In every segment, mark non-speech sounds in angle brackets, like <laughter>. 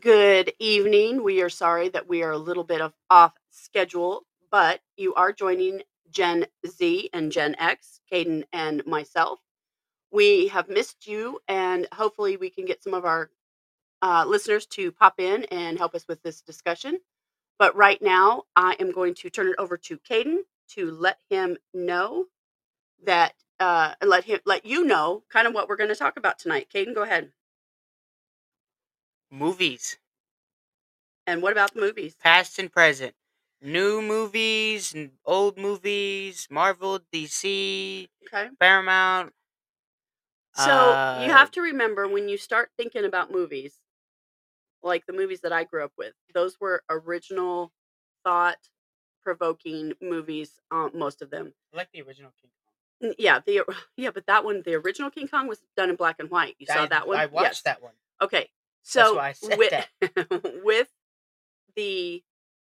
Good evening. We are sorry that we are a little bit of off schedule, but you are joining Gen Z and Gen X, Caden and myself. We have missed you, and hopefully, we can get some of our uh, listeners to pop in and help us with this discussion. But right now, I am going to turn it over to Caden to let him know that uh, let him let you know kind of what we're going to talk about tonight. Caden, go ahead. Movies, And what about the movies? past and present. New movies, n- old movies, Marvel, DC, Okay. Paramount. So you Uh, have to remember when you start thinking about movies, like the movies that I grew up with, those were original, thought provoking movies, um, most of them. I like the original King Kong. N- Yeah, the <laughs> or- yeah, but that one, the original King Kong was done in black and white. You saw I that I one? watched Yes. that one. Okay. That's So why I said with that. <laughs> with the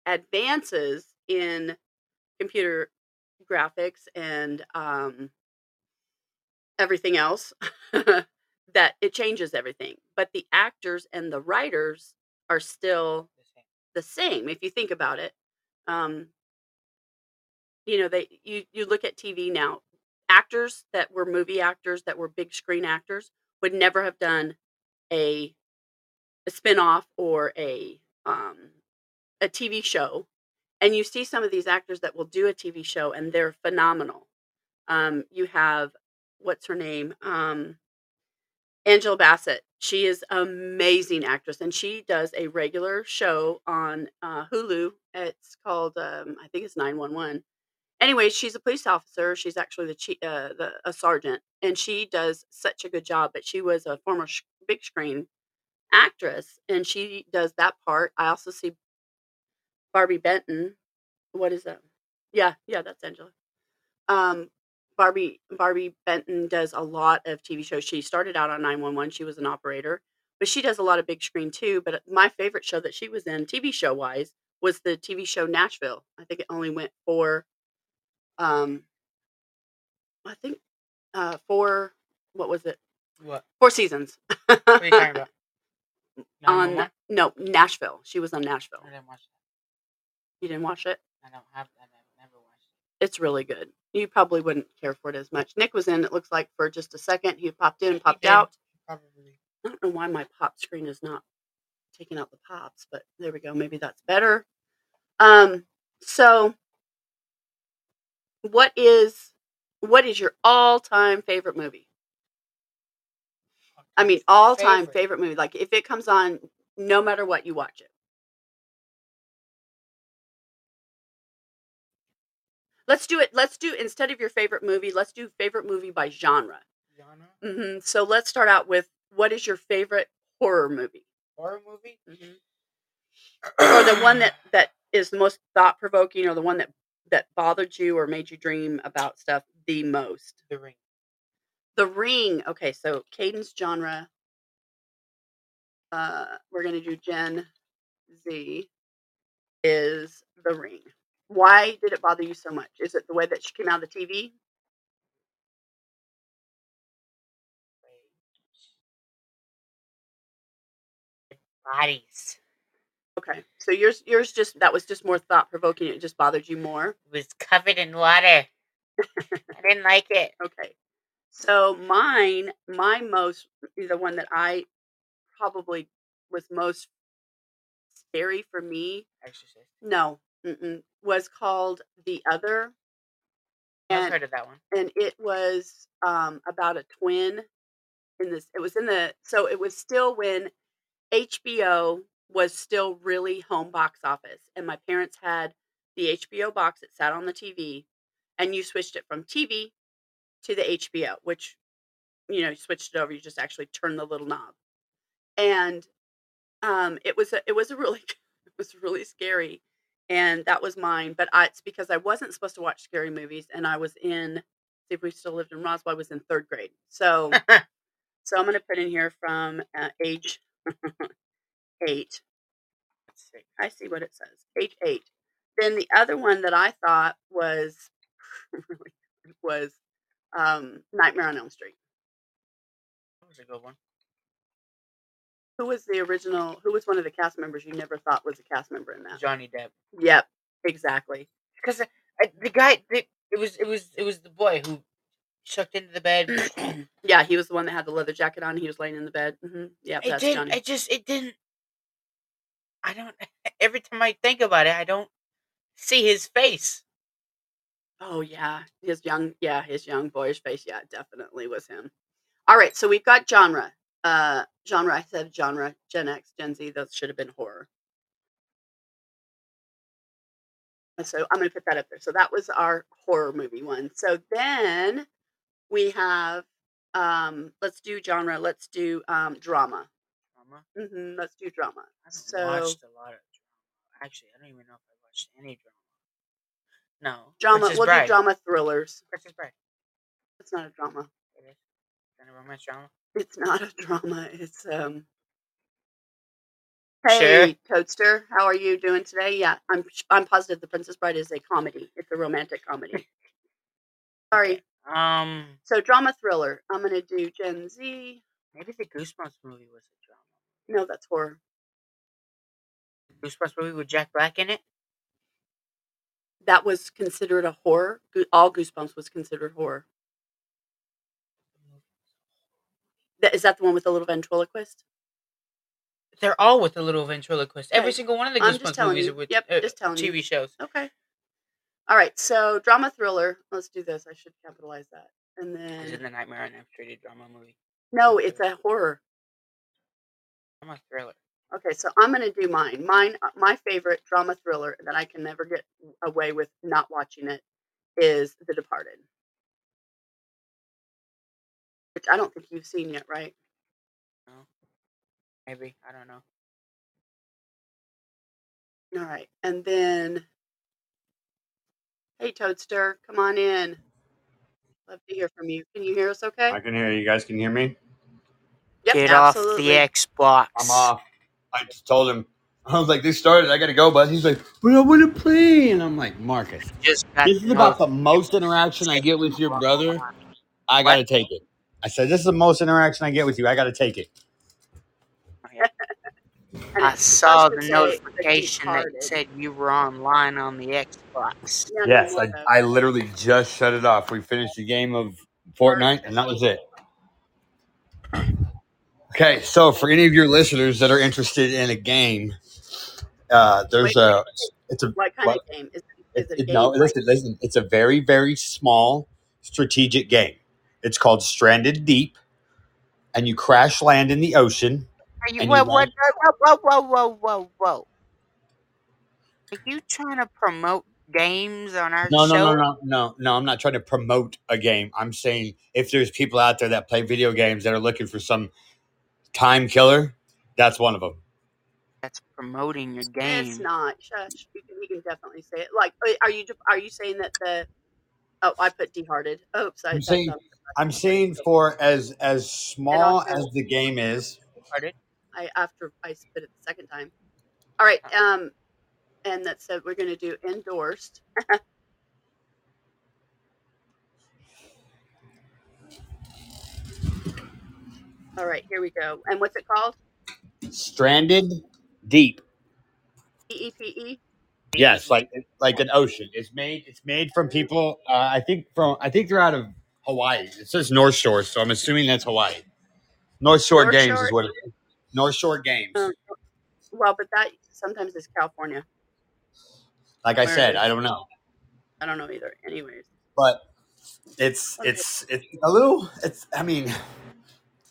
advances in computer graphics and um, everything else <laughs> that it changes everything but the actors and the writers are still The same. the same if you think about it um you know they you you look at tv now actors that were movie actors that were big screen actors would never have done a, a spin-off or a um a tv show and you see some of these actors that will do a tv show and they're phenomenal um you have what's her name um Angela Bassett. She is amazing actress, and she does a regular show on uh, Hulu. It's called, um, I think it's nine one one. Anyway, she's a police officer. She's actually the chief, uh, the a sergeant, and she does such a good job. But she was a former sh- big screen actress, and she does that part. I also see Barbie Benton. What is that? Yeah, yeah, that's Angela um Barbie Barbie Benton does a lot of TV shows. She started out on 911. She was an operator, but she does a lot of big screen too. But my favorite show that she was in, TV show wise, was the TV show Nashville. I think it only went for um I think uh four what was it? What? Four seasons. <laughs> What are you talking about? Nine one on one. no, Nashville. She was on I Nashville. didn't watch You didn't watch it? that. I don't have. I never watched It's really good. You probably wouldn't care for it as much. Nick was in it looks like for just a second. He popped in, it. He popped did. out. Probably. I don't know why my pop screen is not taking out the pops, but there we go. Maybe that's better. Um, so what is what is your all time favorite movie? All I time mean, all time favorite. favorite movie. Like if it comes on, no matter what, you watch it. Let's do it. Let's do instead of your favorite movie, let's do favorite movie by genre. Genre. hmm So let's start out with what is your favorite horror movie, Horror movie. hmm <clears throat> or the one that that is the most thought provoking, or the one that that bothered you or made you dream about stuff the most. the Ring. The Ring. Okay, so Cadence genre. Uh, we're gonna do Gen Z is The Ring. Why did it bother you so much? Is it the way that she came out of the TV? Bodies. Okay, so yours yours just that was just more thought provoking. It just bothered you more. It was covered in water. I <laughs> didn't like it. Okay, so mine my most the one that I probably was most scary for me. Exorcist. No, mm-mm, was called The Other, I've and heard of that one. and it was um, about a twin in this it was in the so it was still when HBO was still really home box office and my parents had the HBO box that sat on the TV and you switched it from TV to the HBO which you know you switched it over you just actually turned the little knob and um it was a, it was a really <laughs> it was really scary and that was mine but I, it's because I wasn't supposed to watch scary movies and I was in see if we still lived in Roswell I was in 3rd grade <laughs> so so I'm going to put in here from uh, age <laughs> eight. Let's see. I see what it says. Age eight. Then the other one that I thought was <laughs> really good was um, Nightmare on Elm Street. That was a good one. who was the original? Who was one of the cast members you never thought was a cast member in that? Johnny Depp. Yep, exactly. Because I, uh, I- the guy, the, it was, it was, it was the boy who sucked into the <clears throat> bed. Yeah, he was the one that had the leather jacket on. He was laying in the bed. hmm Yep, it that's did. Johnny. not It just, it didn't. I don't. <laughs> Every time I think about it, I don't see his face. Oh yeah, his young yeah, his young boyish face. Yeah, it definitely was him. All right, so we've got genre. Uh genre, I said genre, Gen X, Gen Z, those should have been horror. And so I'm gonna put that up there. So that was our horror movie one. So then we have um let's do genre, let's do um drama. Mama. hmm let's do drama. I haven't So- watched a lot of drama. Actually, I don't even know if I watched any drama. No. Drama, Princess we'll Bride. do drama thrillers. Princess Bride. It's not a drama. Kind of romance drama. It's not a drama. It's um. Sure. Hey, Toadster, how are you doing today? Yeah, I'm. I'm positive the Princess Bride is a comedy. It's a romantic comedy. Sorry. Um, So drama thriller. I'm gonna do Gen Z. maybe the Goosebumps movie was a drama. No, that's horror. Goosebumps movie with Jack Black in it. That was considered a horror. Goo- All Goosebumps was considered horror. That, is that the one with the little ventriloquist? They're all with the little ventriloquist. Every Right. single one of the I'm just Goosebumps telling movies you. are with Yep, uh, just telling you. TV shows. Okay. All right. So drama thriller. Let's do this. I should capitalize that. And Is in then the Nightmare on Elm Street a drama movie? no, it's a horror. Drama thriller. Okay, so I'm gonna do mine. Mine, uh, my favorite drama thriller that I can never get away with not watching it is The Departed, which I don't think you've seen yet, right? Maybe I don't know. All right, and then, hey Toadster, come on in. Love to hear from you. Can you hear us? Okay. I can hear you. You guys can hear me? Yep, Xbox. I'm off. I just told him. I was like, they started. I got to go, bud. He's like, but I want to play. And I'm like, Marcus, Just got this is about the most interaction I get with your brother. I got to take it. I said, this is the most interaction I get with you. I got to take it. And I it's saw to the say the notification that Departed. said you were online on the Xbox. not Yes, I, anymore, though. I literally just shut it off. We finished the game of Fortnite, and that was it. Okay, so for any of your listeners that are interested in a game, uh, there's Wait, a it's a what kind what? of game is it? It, Is it a it, game? no, like- listen, listen. It's a very, very small strategic game. It's called Stranded Deep, and you crash land in the ocean. Are you, And whoa, you whoa, like- whoa, whoa, whoa, whoa, whoa, whoa. Are you trying to promote games on our No, no, show? no, no, no, no. I'm not trying to promote a game. I'm saying if there's people out there that play video games that are looking for some time killer, that's one of them. That's promoting your game. It's not. Shush. You can, you can definitely say it. Like, uh, are you are you saying that the? Oh, I put dehearted. Oops, I. I'm that's um, saying, not- I'm saying for as as small as the game is, Pardon? I after I spit it the second time. All right. Um, and that said, we're gonna do endorsed. <laughs> All right, here we go. And what's it called? stranded deep. D E P E. Yes, like like an ocean. It's made it's made from people. Uh, I think from I think they're out of Hawaii. It says North Shore, so I'm assuming that's Hawaii. North Shore North Games Shore? is what. It is. North Shore Games. Um, well, but that sometimes is California. like I where said, is- I don't know, I don't know either. Anyways, but it's Okay. it's it's a little. It's I mean,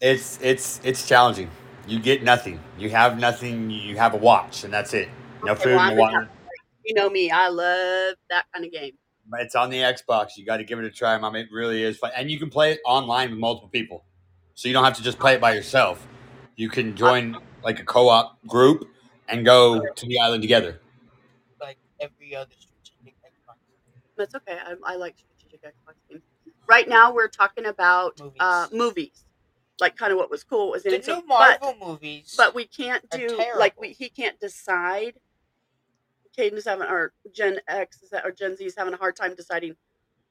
it's it's it's challenging. You get nothing. You have nothing. You have a watch, and that's it. No Okay, food, well, no I'm water. you know me. I love that kind of game. It's on the Xbox. You got to give it a try, mom. It really is fun, and you can play it online with multiple people, so you don't have to just play it by yourself. You can join like a co-op group and go to the island together. Like every other strategic Xbox That's okay. I, I like strategic Xbox games. Right now, we're talking about movies. uh, movies, like kind of what was cool was the in. new So, but Marvel movies. but we can't are do like we terrible. he can't decide. Caden's having or Gen X is that, or Gen Z is having a hard time deciding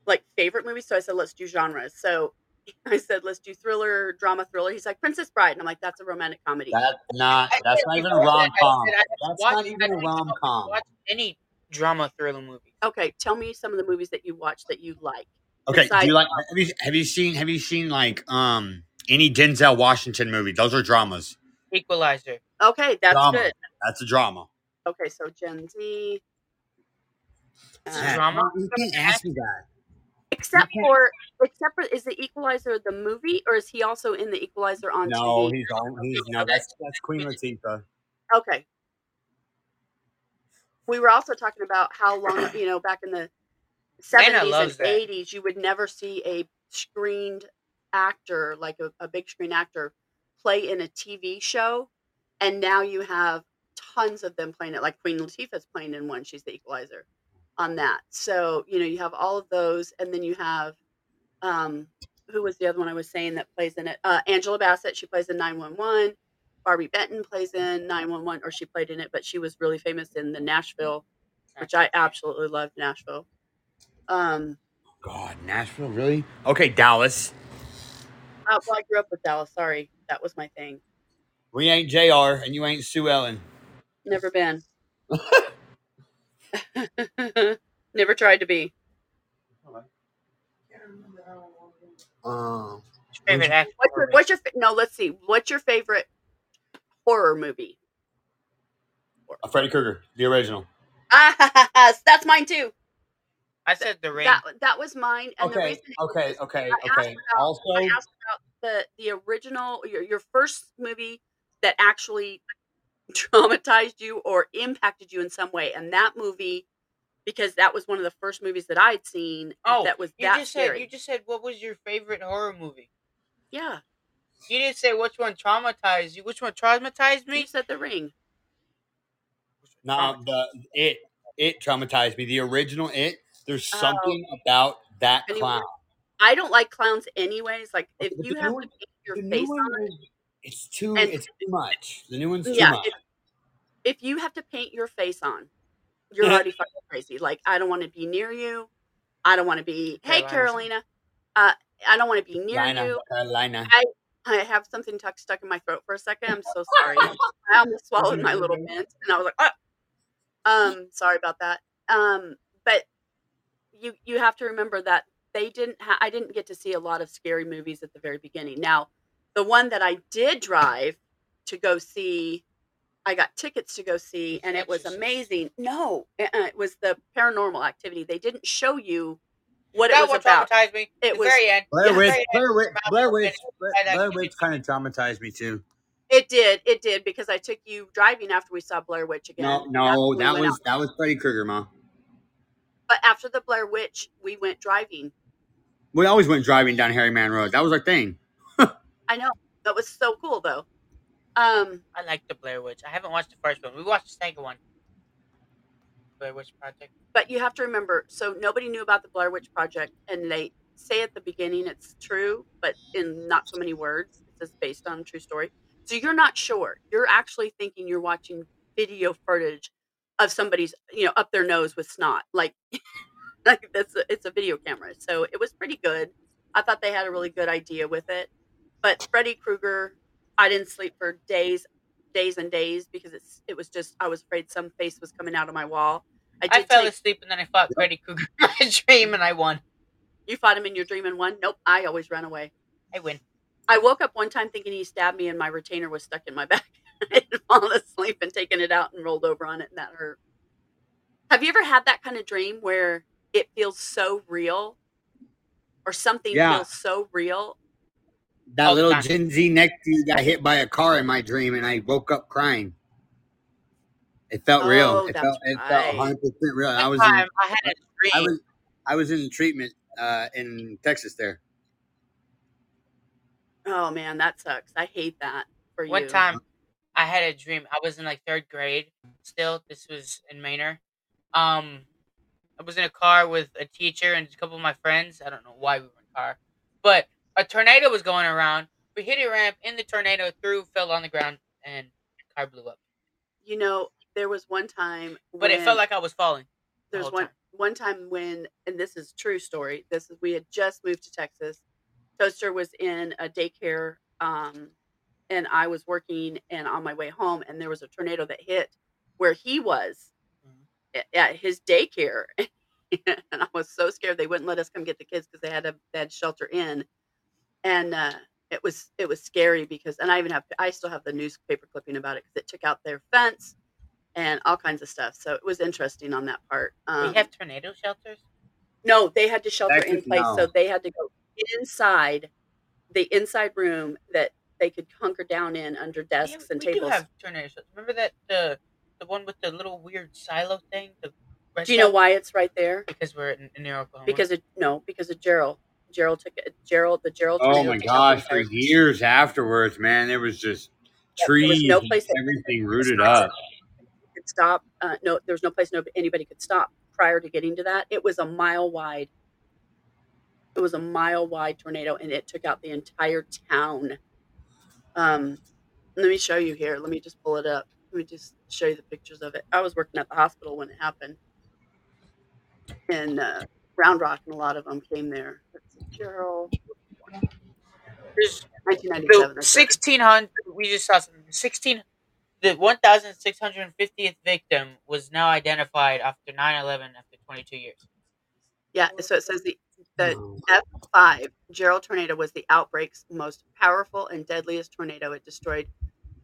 like favorite movies. So <laughs> I said let's do genres. So I said, let's do thriller, drama thriller. He's like, Princess Bride. And I'm like, that's a romantic comedy. That's not. I That's said not even a before that, I said rom com. I would That's watch- not I even a would rom com. Watch any drama thriller movie. okay, tell me some of the movies that you watch that you like. Okay, do Besides- you like? Have you, have you seen? Have you seen like um any Denzel Washington movie? Those are dramas. Equalizer. Okay, that's Drama. good. That's a drama. Okay, so Gen Z. uh, Yeah. drama? You can't ask me that. except Yeah. for except for is the Equalizer the movie or is he also in the Equalizer on No, TV? he's on. He's, no, that's that's Queen Latifah. Okay. We were also talking about how long <coughs> you know back in the seventies loves and that. eighties, you would never see a screened actor like a, a big screen actor play in a TV show, and now you have tons of them playing it. Like Queen Latifah's playing in one; she's the Equalizer on that. So you know you have all of those, and then you have um, who was the other one I was saying that plays in it? Uh, Angela Bassett. She plays in Nine One One. Barbie Benton plays in 911, or she played in it, but she was really famous in the Nashville, which I absolutely loved Nashville. Um, God, Nashville, really? Okay, Dallas. uh, well, I grew up with Dallas. Sorry, that was my thing. We ain't Jr. and you ain't Sue Ellen. Never been. <laughs> Never tried to be. Um, Favorite actor. What's your, what's your fa- no? Let's see. What's your favorite horror movie? <laughs> Uh, Freddy Krueger, the original. Ah, that's mine too. I said the ring. That that was mine. And the Okay, reason okay, okay, asked okay. about- I Also, asked about the the original your your first movie that actually traumatized you or impacted you in some way, and that movie because that was one of the first movies that I'd seen Oh, that was you that just scary. said you just said what was your favorite horror movie? yeah, You didn't say which one traumatized you. Which one traumatized you me? said The Ring. no, the it it traumatized me. The original it. There's Oh. something about that Anyone- clown. I don't like clowns anyways. Like if Okay, but you the have new to one- paint your The new face one on it, is- It's too. And- it's too much. The new one's too yeah. much. If, if you have to paint your face on, you're Yeah. already fucking crazy. Like I don't want to be near you. I don't want to be. Hey, Carolina. Carolina. Uh, I don't want to be near Lina, you. Carolina. I have something tuck stuck in my throat for a second. I'm so <laughs> sorry. I almost swallowed my Mm. little mint, and I was like, "Ah." um, sorry about that. Um, but you you have to remember that they didn't. Ha- I didn't get to see a lot of scary movies at the very beginning. Now, the one that I did drive to go see, I got tickets to go see, and it was Exorcist. amazing. No, uh-uh, it was the Paranormal Activity. They didn't show you what that it was one about. traumatized me. It the was- very end. Blair Yeah. Witch, Very Blair Witch, interesting. Blair Witch, Blar- And I- Blair Witch kind of traumatized me too. It did. It did because I took you driving after we saw Blair Witch again. No, That's when no, we that went was out. that was Freddy Krueger, ma. But after the Blair Witch, we went driving. We always went driving down Harry Man Road. That was our thing. I know that was so cool though. Um, I like the Blair Witch. I haven't watched the first one. We watched the second one. Blair Witch Project. but you have to remember, so nobody knew about the Blair Witch Project, and they say at the beginning it's true, but in not so many words. It says based on a true story. So you're not sure. You're actually thinking you're watching video footage of somebody's, you know, up their nose with snot. Like, <laughs> like that's a, it's a video camera. So it was pretty good. I thought they had a really good idea with it. But Freddy Krueger, I didn't sleep for days, days and days because it's it was just I was afraid some face was coming out of my wall. I did I, fell take- asleep and then I fought Freddy Krueger in my <laughs> dream and I won. You fought him in your dream and won? Nope. I always run away. I win. I woke up one time thinking he stabbed me and my retainer was stuck in my back. <laughs> I had fallen asleep and taken it out and rolled over on it and that hurt. Have you ever had that kind of dream where it feels so real or something Yeah. feels so real? That Oh, little God. Gen Z next to you got hit by a car in my dream, and I woke up crying. It felt real. Oh, It that's felt it right. felt 100 percent real. I One was time in, I had a dream. I was I was in treatment uh, in Texas there. Oh man, that sucks. I hate that for you. One time, I had a dream. I was in like third grade. Still, this was in Manor. Um, I was in a car with a teacher and a couple of my friends. I don't know why we were in a car, but a tornado was going around. We hit a ramp in the tornado, threw, fell on the ground, and the car blew up. You know, there was one time But it felt like I was falling. the there's whole one time. one time when and this is true story this is we had just moved to texas Coaster was in a daycare, um, and I was working and on my way home, and there was a tornado that hit where he was Mhm. a- at his daycare, <laughs> and I was so scared they wouldn't let us come get the kids because they had a they had shelter in, and uh, it was it was scary because, and I even have I still have the newspaper clipping about it because it took out their fence and all kinds of stuff, so it was interesting on that part. We Um, have tornado shelters. no, they had to shelter That in could- place, no. so they had to go inside the inside room that they could hunker down in under Yeah, desks and we do tables. have tornado shelters. Remember that the the one with the little weird silo thing. The rest Do you know of- why it's right there? Because we're in, near Oklahoma. Because of no, because of Gerald. Gerald took it. Gerald, the Gerald. Oh tornado my took out gosh! the For entire- years afterwards, man, there was just Yeah, there was trees, no and place that- everything rooted up. could stop. Uh, no, there was no place no anybody could stop prior to getting to that. It was a mile wide. It was a mile wide tornado, and it took out the entire town. Um, let me show you here. Let me just pull it up. Let me just show you the pictures of it. I was working at the hospital when it happened, and uh, Round Rock and a lot of them came there. Let's see, Gerald, there's 1997. the that's it. sixteen hundred. We just saw something. Sixteen. The one thousand six hundred fiftieth victim was now identified after 9-11 after twenty two years. Yeah, so it says the the F5 Gerald tornado was the outbreak's most powerful and deadliest tornado. It destroyed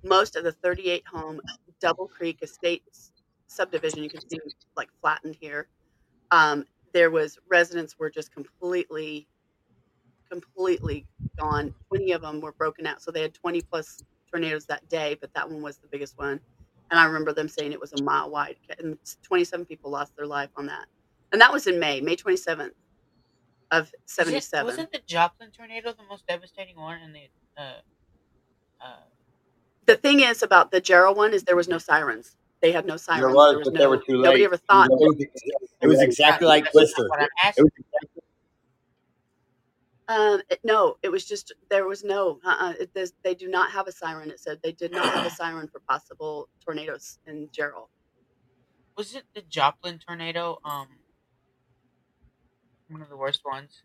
most of the 38 home Double Creek Estates subdivision. You can see like flattened here. Um, there was residents were just completely, completely gone. 20 of them were broken out. So they had 20 plus tornadoes that day, but that one was the biggest one. And I remember them saying it was a mile wide, and 27 people lost their life on that. And that was in May, May 27th of Is it- 77. Wasn't the Joplin tornado the most devastating one in the? Uh, uh, the thing is about the Gerald one is there was no sirens. They had no sirens. There was, was but no, they were too late. Nobody ever thought. It was, it was exactly like that's Blister. What I'm It asking. was Um, it- no, it was just there was no. Uh, it, there's- they do not have a siren. It said they did not <clears throat> have a siren for possible tornadoes in Gerald. was it the Joplin tornado? Um, one of the worst ones.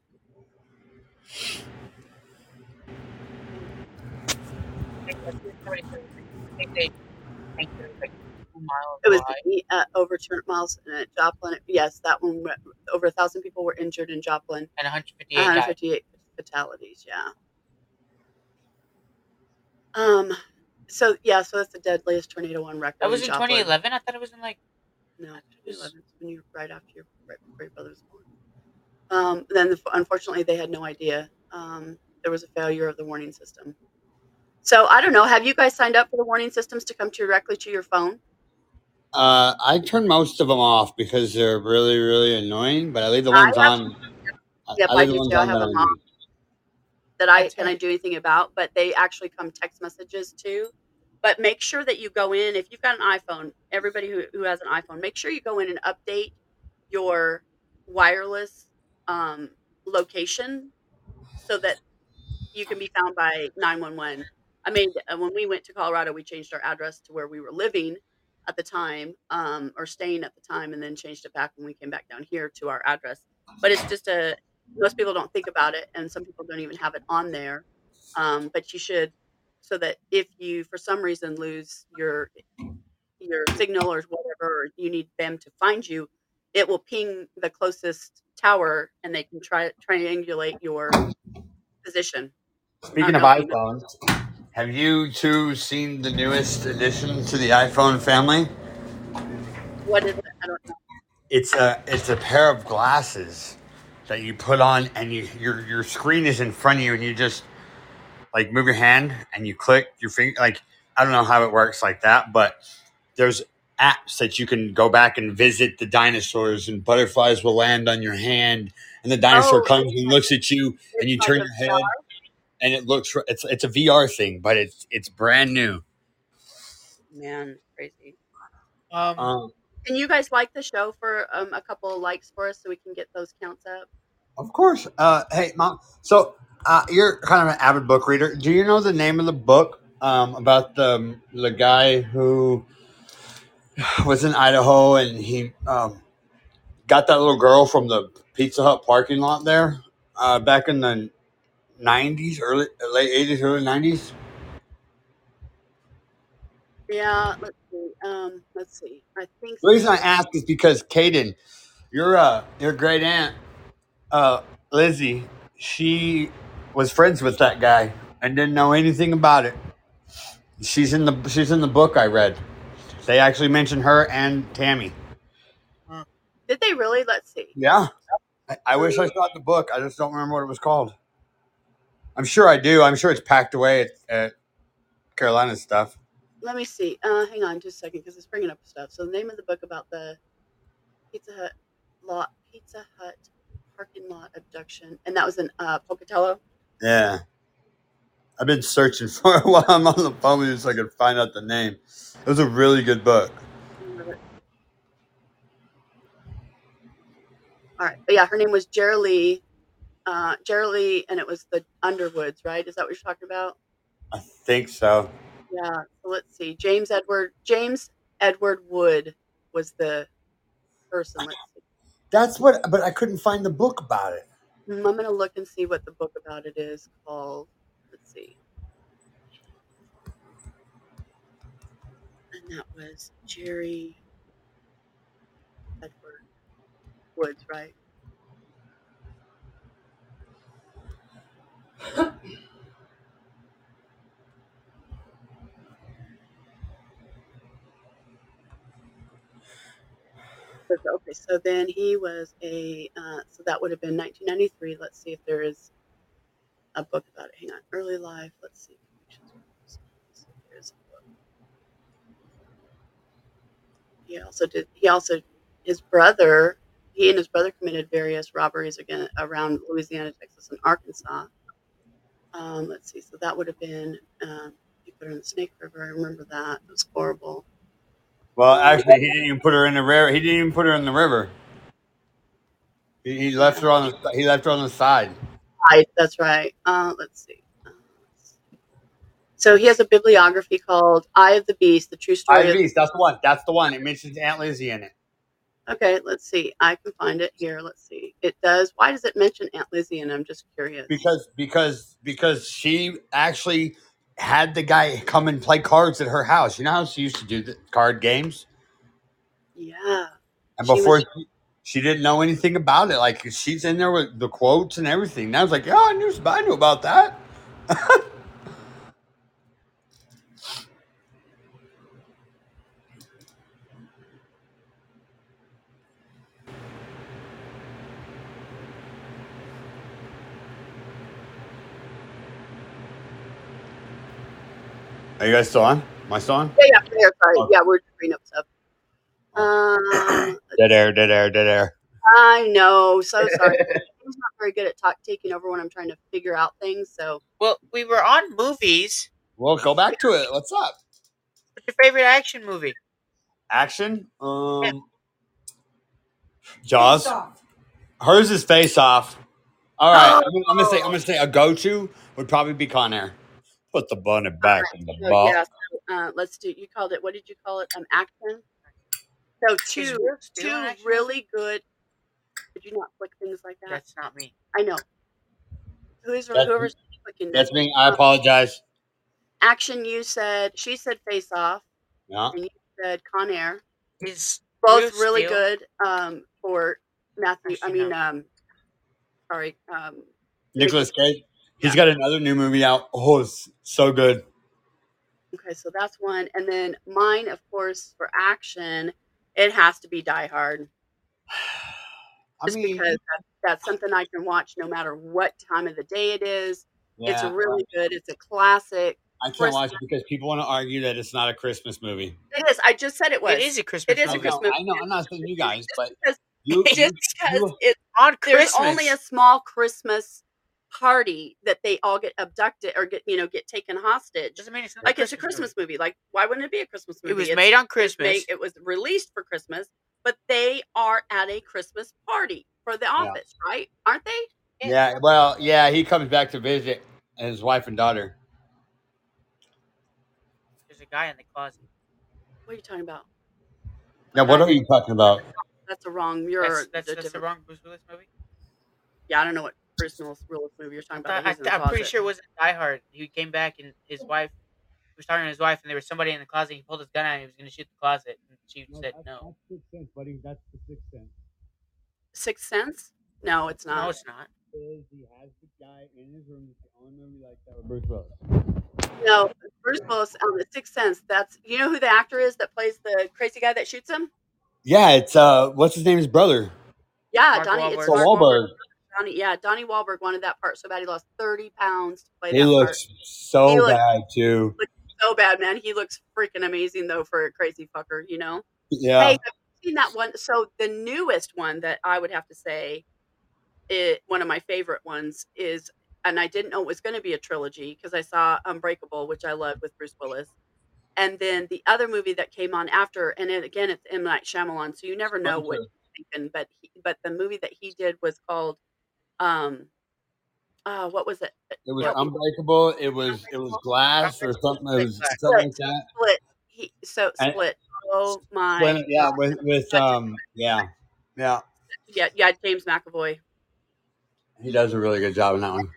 It was the, uh, over two miles and at Joplin. Yes, that one. went- Over a thousand people were injured in Joplin. and 158 died. 158 fatalities. Yeah. Um. So yeah, so that's the deadliest tornado on record. That was in Joplin. 2011. I thought it was in like No, After this- 2011 when you right after your right before your brother was born. Um, then the, unfortunately they had no idea um, there was a failure of the warning system. So I don't know. Have you guys signed up for the warning systems to come directly to your phone? Uh, I turn most of them off because they're really, really annoying. But I leave the ones have- on. I, Yep, I I leave the do ones too. I on have that them off. That I That's can I right. do anything about, but they actually come text messages too. But make sure that you go in if you've got an iPhone. Everybody who, who has an iPhone, make sure you go in and update your wireless um, location so that you can be found by 911. I mean, uh, when we went to Colorado, we changed our address to where we were living at the time um, or staying at the time, and then changed it back when we came back down here to our address. But it's just a, most people don't think about it, and some people don't even have it on there. Um, but you should, so that if you, for some reason, lose your your signal or whatever, or you need them to find you, it will ping the closest tower, and they can try triangulate your position. Speaking of I don't iPhones, have you two seen the newest addition to the iPhone family? What is it? I don't know. It's a it's a pair of glasses that you put on, and you your your screen is in front of you, and you just like move your hand and you click your finger. Like I don't know how it works like that, but there's apps that you can go back and visit the dinosaurs, and butterflies will land on your hand, and the dinosaur Oh, comes and looks at you, and you It's turn like your head, and it looks. It's it's a VR thing, but it's it's brand new. a- Man, crazy. Um, Oh. Um, Can you guys like the show for um, a couple of likes for us so we can get those counts up? Of course. Uh, hey, mom. So uh, you're kind of an avid book reader. Do you know the name of the book um, about the the guy who was in Idaho and he um, got that little girl from the Pizza Hut parking lot there uh, back in the '90s, early late '80s, early '90s. Yeah, let's see. Um, let's see. I think The reason I ask is because Kaden, your uh, your great aunt, uh, Lizzie, she was friends with that guy and didn't know anything about it. She's in the she's in the book I read. They actually mention her and Tammy. did they really? Let's see. Yeah. I, I wish I saw the book. I just don't remember what it was called. I'm sure I do. I'm sure it's packed away at, at Carolina's stuff. Let me see. Uh, hang on just a second because it's bringing up stuff. So the name of the book about the Pizza Hut lot, Pizza Hut parking lot abduction, and that was in uh, Pocatello. Yeah. I've been searching <laughs> for it while I'm on the phone with you so I could find out the name. It was a really good book. All right, but yeah, her name was Jerilee, uh, Jerilee, and it was the Underwoods, right? Is that what you're talking about? I think so. Yeah. So let's see. James Edward James Edward Wood was the person. Let's see. That's what, but I couldn't find the book about it. Mm, I'm gonna look and see what the book about it is called. Let's see. And that was Jerry Edward Woods, right? So- so- Okay, so then he was a, uh, so that would have been 1993. Let's see if there is a book about it. Hang on, early life. Let's see. There's a book. He also did. He also, his brother, he and his brother committed various robberies again around Louisiana, Texas, and Arkansas. Um, let's see. So that would have been um, he put her in the Snake River. I remember that. It was horrible. Well, actually, he didn't even put her in the river. He didn't even put her in the river. He, he left her on the he left her on the side. Right, that's right. Uh, let's see. So he has a bibliography called "Eye of the Beast: The True Story." I of- least that's the one. That's the one. It mentions Aunt Lizzie in it. Okay, let's see. I can find it here. Let's see. It does. Why does it mention Aunt Lizzie? And I'm just curious. because because because she actually had the guy come and play cards at her house. You know how she used to do the card games, Yeah. and She was- before she, she didn't know anything about it. Like she's in there with the quotes and everything. And I was like, yeah, I knew I knew about that. <laughs> Are you guys still on? Am I still on? Yeah, yeah, yeah, sorry. Oh. Yeah, we're just bringing up stuff. Um, Dead air, dead air, dead air. I know. So <laughs> sorry. I'm not very good at talk, taking over when I'm trying to figure out things. So Well, we were on movies. Well, go back to it. What's up? What's your favorite action movie? Action. Um, Jaws. Hers is face off. All Oh, right, I'm, I'm gonna say I'm gonna say a go to would probably be Con Air. Put the bunny back in the so, ball. Oh, yeah. So, uh, let's do. You called it. What did you call it? Um, action. So two, Will Steele an two action really good. Could you not click things like that? That's not me. I know. Who's That's- whoever's clicking? That's me. I apologize. Action. You said she said face off, No, and you said Con Air. Is both Will really Steele- good um, for Matthew. I Actually, mean, no. um, sorry, um, Nicholas Cage. He's got another new movie out. Oh, it's so good. Okay, so that's one. And then mine, of course, for action, it has to be Die Hard. I Just mean, because that's, that's something I can watch no matter what time of the day it is. It's yeah, really good. It's a classic. I can't watch it because people want to argue that it's not a Christmas movie. It is. I just said it was. It is a Christmas. It is a I movie. know, Christmas I know. I'm not saying you guys, but because, <laughs> you, you, just because you- it, on there's Christmas. only a small Christmas party that they all get abducted or get you know get taken hostage. doesn't mean it's not like it's a Christmas movie. Like why wouldn't it be a Christmas movie? movie. It was It's- made it on was Christmas. made- it was released for Christmas, but they are at a Christmas party for the office, right? Aren't they? yeah. Well, yeah. He comes back to visit his wife and daughter. There's a guy in the closet. What are you talking about? Now, what are you talking about? That's the wrong. You're That's, that's, the that's the different- wrong Bruce Willis movie. Yeah, I don't know what original realist movie you're talking about. I, that he's in the am pretty closet. sure it wasn't Die Hard. He came back and his wife he was talking to his wife, and there was somebody in the closet. He pulled his gun out and he was going to shoot the closet, and she said that's, no. That's sixth sense, buddy. That's the sixth sense. Sixth Sense. No, it's No, not. it's not. Is he has the guy in his room? It's the only movie like that with Bruce Willis. No, Bruce Willis on the um, Sixth Sense. That's you know who the actor is that plays the crazy guy that shoots him. Yeah, it's uh, what's his name? His brother. Yeah, Mark Donnie. It's Wahlberg. So Mark Wahlberg. Donnie, yeah, Donnie Wahlberg wanted that part so bad he lost thirty pounds to play He that looks so He looks- bad too. part. So bad, man. He looks freaking amazing though for a crazy fucker. You know. Yeah. Hey, have you seen that one? So the newest one that I would have to say, it one of my favorite ones is, and I didn't know it was going to be a trilogy because I saw Unbreakable, which I loved with Bruce Willis, and then the other movie that came on after, and it, again it's M Night Shyamalan, so you never know what you're thinking. But he, but the movie that he did was called, um, uh, what was it? It was Yeah. unbreakable. It was it was glass or something. It was something like that. Split. He so And- split. Oh my. When- yeah, <laughs> with with um, yeah, yeah. Yeah, yeah. James McAvoy. He does a really good job in that one.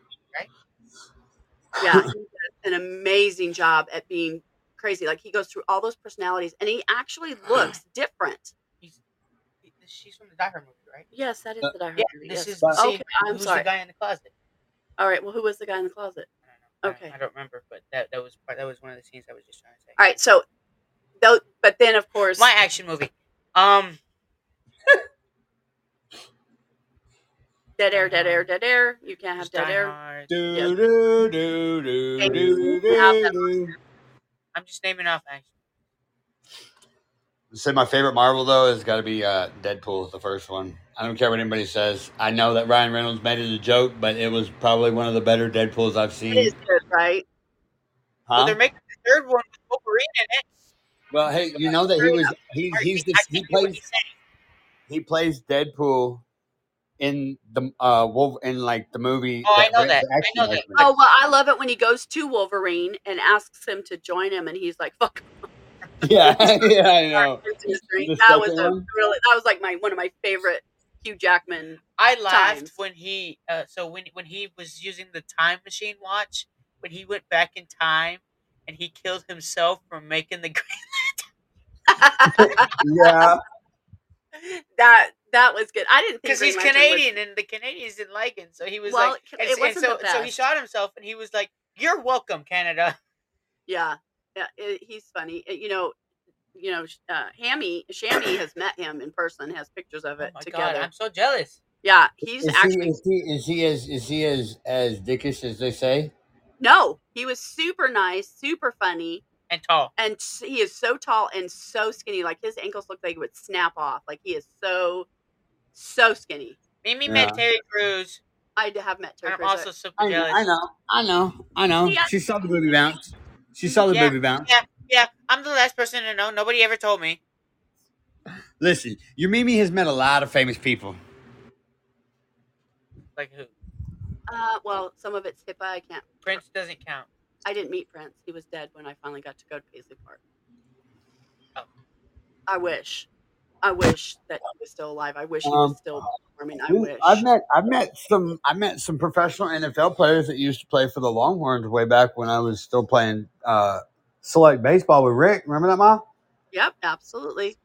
yeah, <laughs> he does an amazing job at being crazy. Like he goes through all those personalities, and he actually <gasps> looks different. He's, he- she's from the Die Hard movie, right? Yes, that is Uh, the Die Hard Yeah, movie, this yes. is the okay. same. I'm who's sorry. the guy in the closet? All right. Well, who was the guy in the closet? I don't know. I don't- Okay. I don't remember, but that that was part. That was one of the scenes I was just trying to say. All right. So, though, but then of course, My action movie. Um, dead air, dead air, dead air. You can't have just dead Die air. Hard. Do do do do Hey, do you have that do. I'm just naming off action. Say my favorite Marvel though has got to be uh, Deadpool, the first one. I don't care what anybody says. I know that Ryan Reynolds made it a joke, but it was probably one of the better Deadpools I've It seen. is good, right? Well, Huh? they're making the third one with Wolverine in it. Well, hey, you know that he was he, Or he's he- the, I he can't hear what plays he's saying. he plays Deadpool in the uh Wolf in like the movie. Oh, I know the that. I action know that. movie. Oh well, I love it when he goes to Wolverine and asks him to join him, and he's like, "Fuck." Yeah, Oh. yeah, <laughs> <laughs> I know. The That was second a one? really that was like my one of my favorite Hugh Jackman. <laughs> I laughed times. when he uh, so when when he was using the time machine watch when he went back in time and he killed himself from making <laughs> the <laughs> Yeah, that that was good. I didn't think because he's Green Lantern was- Canadian and the Canadians didn't like him so he was Well, like it- and, it s- and wasn't so the so he best. shot himself and he was like you're welcome Canada <laughs> Yeah, yeah, i he's funny. Uh, you know, you know, sh- uh, Hammy Shammy has met him in person, has pictures of oh it my god together. I'm so jealous Yeah, he's is actually he, is he is he as is he as as dickish as they say? no, he was super nice, super funny, and tall and s- he is so tall and so skinny. Like his ankles look like it would snap off. Like he is so so skinny. Mimi Yeah. met Terry Crews I d- have met Terry I'm Crews. also super I know, jealous I know, I know, I know. Yeah. She saw the movie bounce. She saw the Yeah. movie bounce. yeah I'm the last person to know nobody ever told me Listen, your Mimi has met a lot of famous people. like who Uh, well, some of it's HIPAA. I can't. Prince doesn't count I didn't meet Prince. He was dead when I finally got to go to Paisley Park. Oh. I wish. I wish that he was still alive. I wish he Um, was still performing. I wish. I've met I've met some I met some professional NFL players that used to play for the Longhorns way back when I was still playing uh, select baseball with Rick. Remember that, Ma? Yep, absolutely.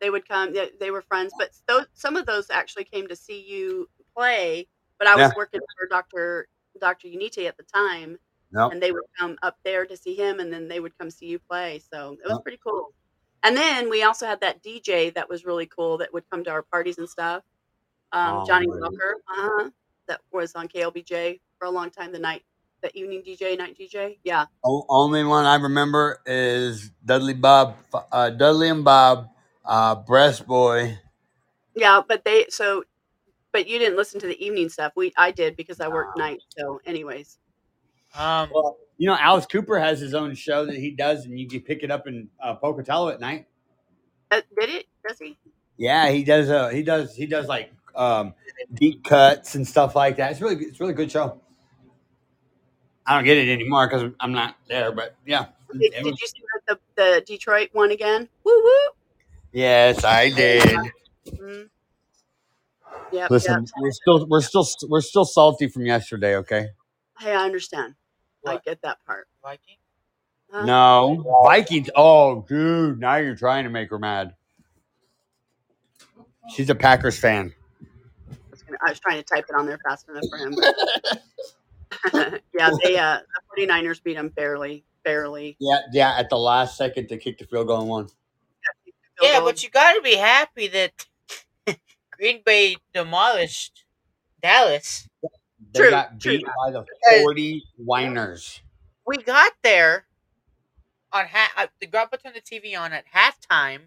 They would come. They, they were friends, but those, some of those actually came to see you play. But I was working for Doctor Doctor Unite at the time, No. and they would come up there to see him, and then they would come see you play. So it was Yep. pretty cool. And then we also had that DJ that was really cool that would come to our parties and stuff. Um, Oh, Johnny my goodness. Walker, uh-huh, that was on KLBJ for a long time. The night, the evening DJ, night DJ, yeah. O- only one I remember is Dudley Bob, uh, Dudley and Bob, uh, Breast Boy. Yeah, but they so but you didn't listen to the evening stuff. We I did because I worked No. night. So anyways. um Well, you know, Alice Cooper has his own show that he does, and you can pick it up in uh, Pocatello at night. Uh, did it? Does he? Yeah, he does. Uh, he does. He does like um, deep cuts and stuff like that. It's really, it's really good show. I don't get it anymore because I'm not there. But yeah, Did, Mm, It did was- you see the, the Detroit one again? Woo woo. yes, I did. Mhm. Yep. Listen, yep. we're still we're still we're still salty from yesterday. Okay. Hey, I understand. I What? get that part. Uh, Viking? Huh? No Vikings. Oh, dude, now you're trying to make her mad. She's a Packers fan. I was, gonna, I was trying to type it on there fast enough for him. <laughs> but- <laughs> yeah, they uh, the 49ers beat them barely, barely. Yeah, yeah. At the last second, they kicked the field goal and won. Field Yeah, goal. but you gotta be happy that <laughs> Green Bay demolished Dallas. They True, got true. beat by the Because- forty whiners. We got there on ha- uh, the Grandpa turned the TV on at halftime,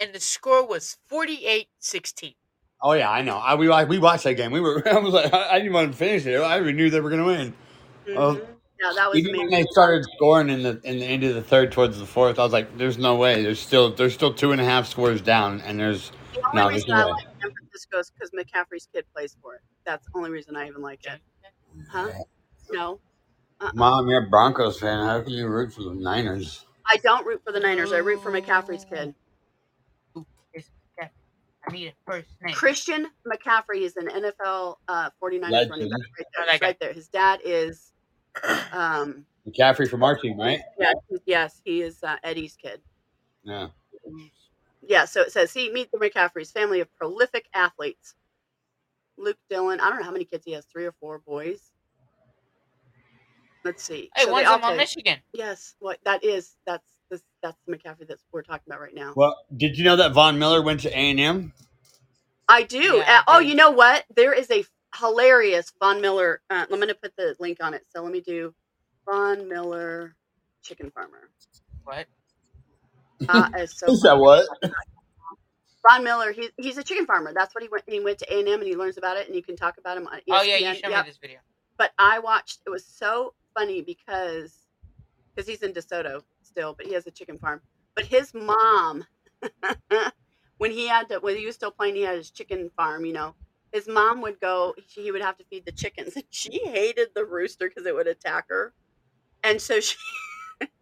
and the score was 48-16. Oh yeah, I know. I, we wa- we watched that game. We were. <laughs> I was like, I, I didn't want to finish it. I even knew they were going to win. Oh. Mm-hmm. Mhm. yeah, that was Even when they amazing. started scoring in the in the end of the third, towards the fourth, I was like, "There's no way. There's still there's still two and a half scores down, and there's The only No, there's reason no I way. like San Francisco is because McCaffrey's kid plays for it. That's the only reason I even like it. Huh? No. Uh-uh. mom, you're a Broncos fan. How can you root for the Niners? I don't root for the Niners. I root for McCaffrey's Mm, kid. I need a first name. Christian McCaffrey is an NFL uh, 49ers running Legend. back right there. Oh, that guy. right there. His dad <clears throat> is, um, McCaffrey from our team, right? yeah, yes, he is uh, Eddie's kid. Yeah. Yeah, so it says he meet the McCaffreys, family of prolific athletes. Luke Dillon, I don't know how many kids he has, three or four boys. Let's see. Hey, So they one's all on my play- Michigan. Yes, what that is that's this that's the McCaffrey that we're talking about right now. Well, did you know that Von Miller went to A and M? I do. Yeah, uh, oh, I do. you know what? There is a hilarious Von Miller. Uh, I'm going to put the link on it. So let me do Von Miller Chicken Farmer. What? Uh, is so <laughs> Is that what? Von Miller, he, he's a chicken farmer. That's what he went. He went to A and M, and he learns about it, and you can talk about him. On E ESPN. Oh yeah, you showed Yep. me this video. But I watched. It was so funny because because he's in DeSoto still, but he has a chicken farm. But his mom, <laughs> when he had to, when he was still playing, he had his chicken farm. You know, his mom would go. She, he would have to feed the chickens, and she hated the rooster because it would attack her. And so she, <laughs>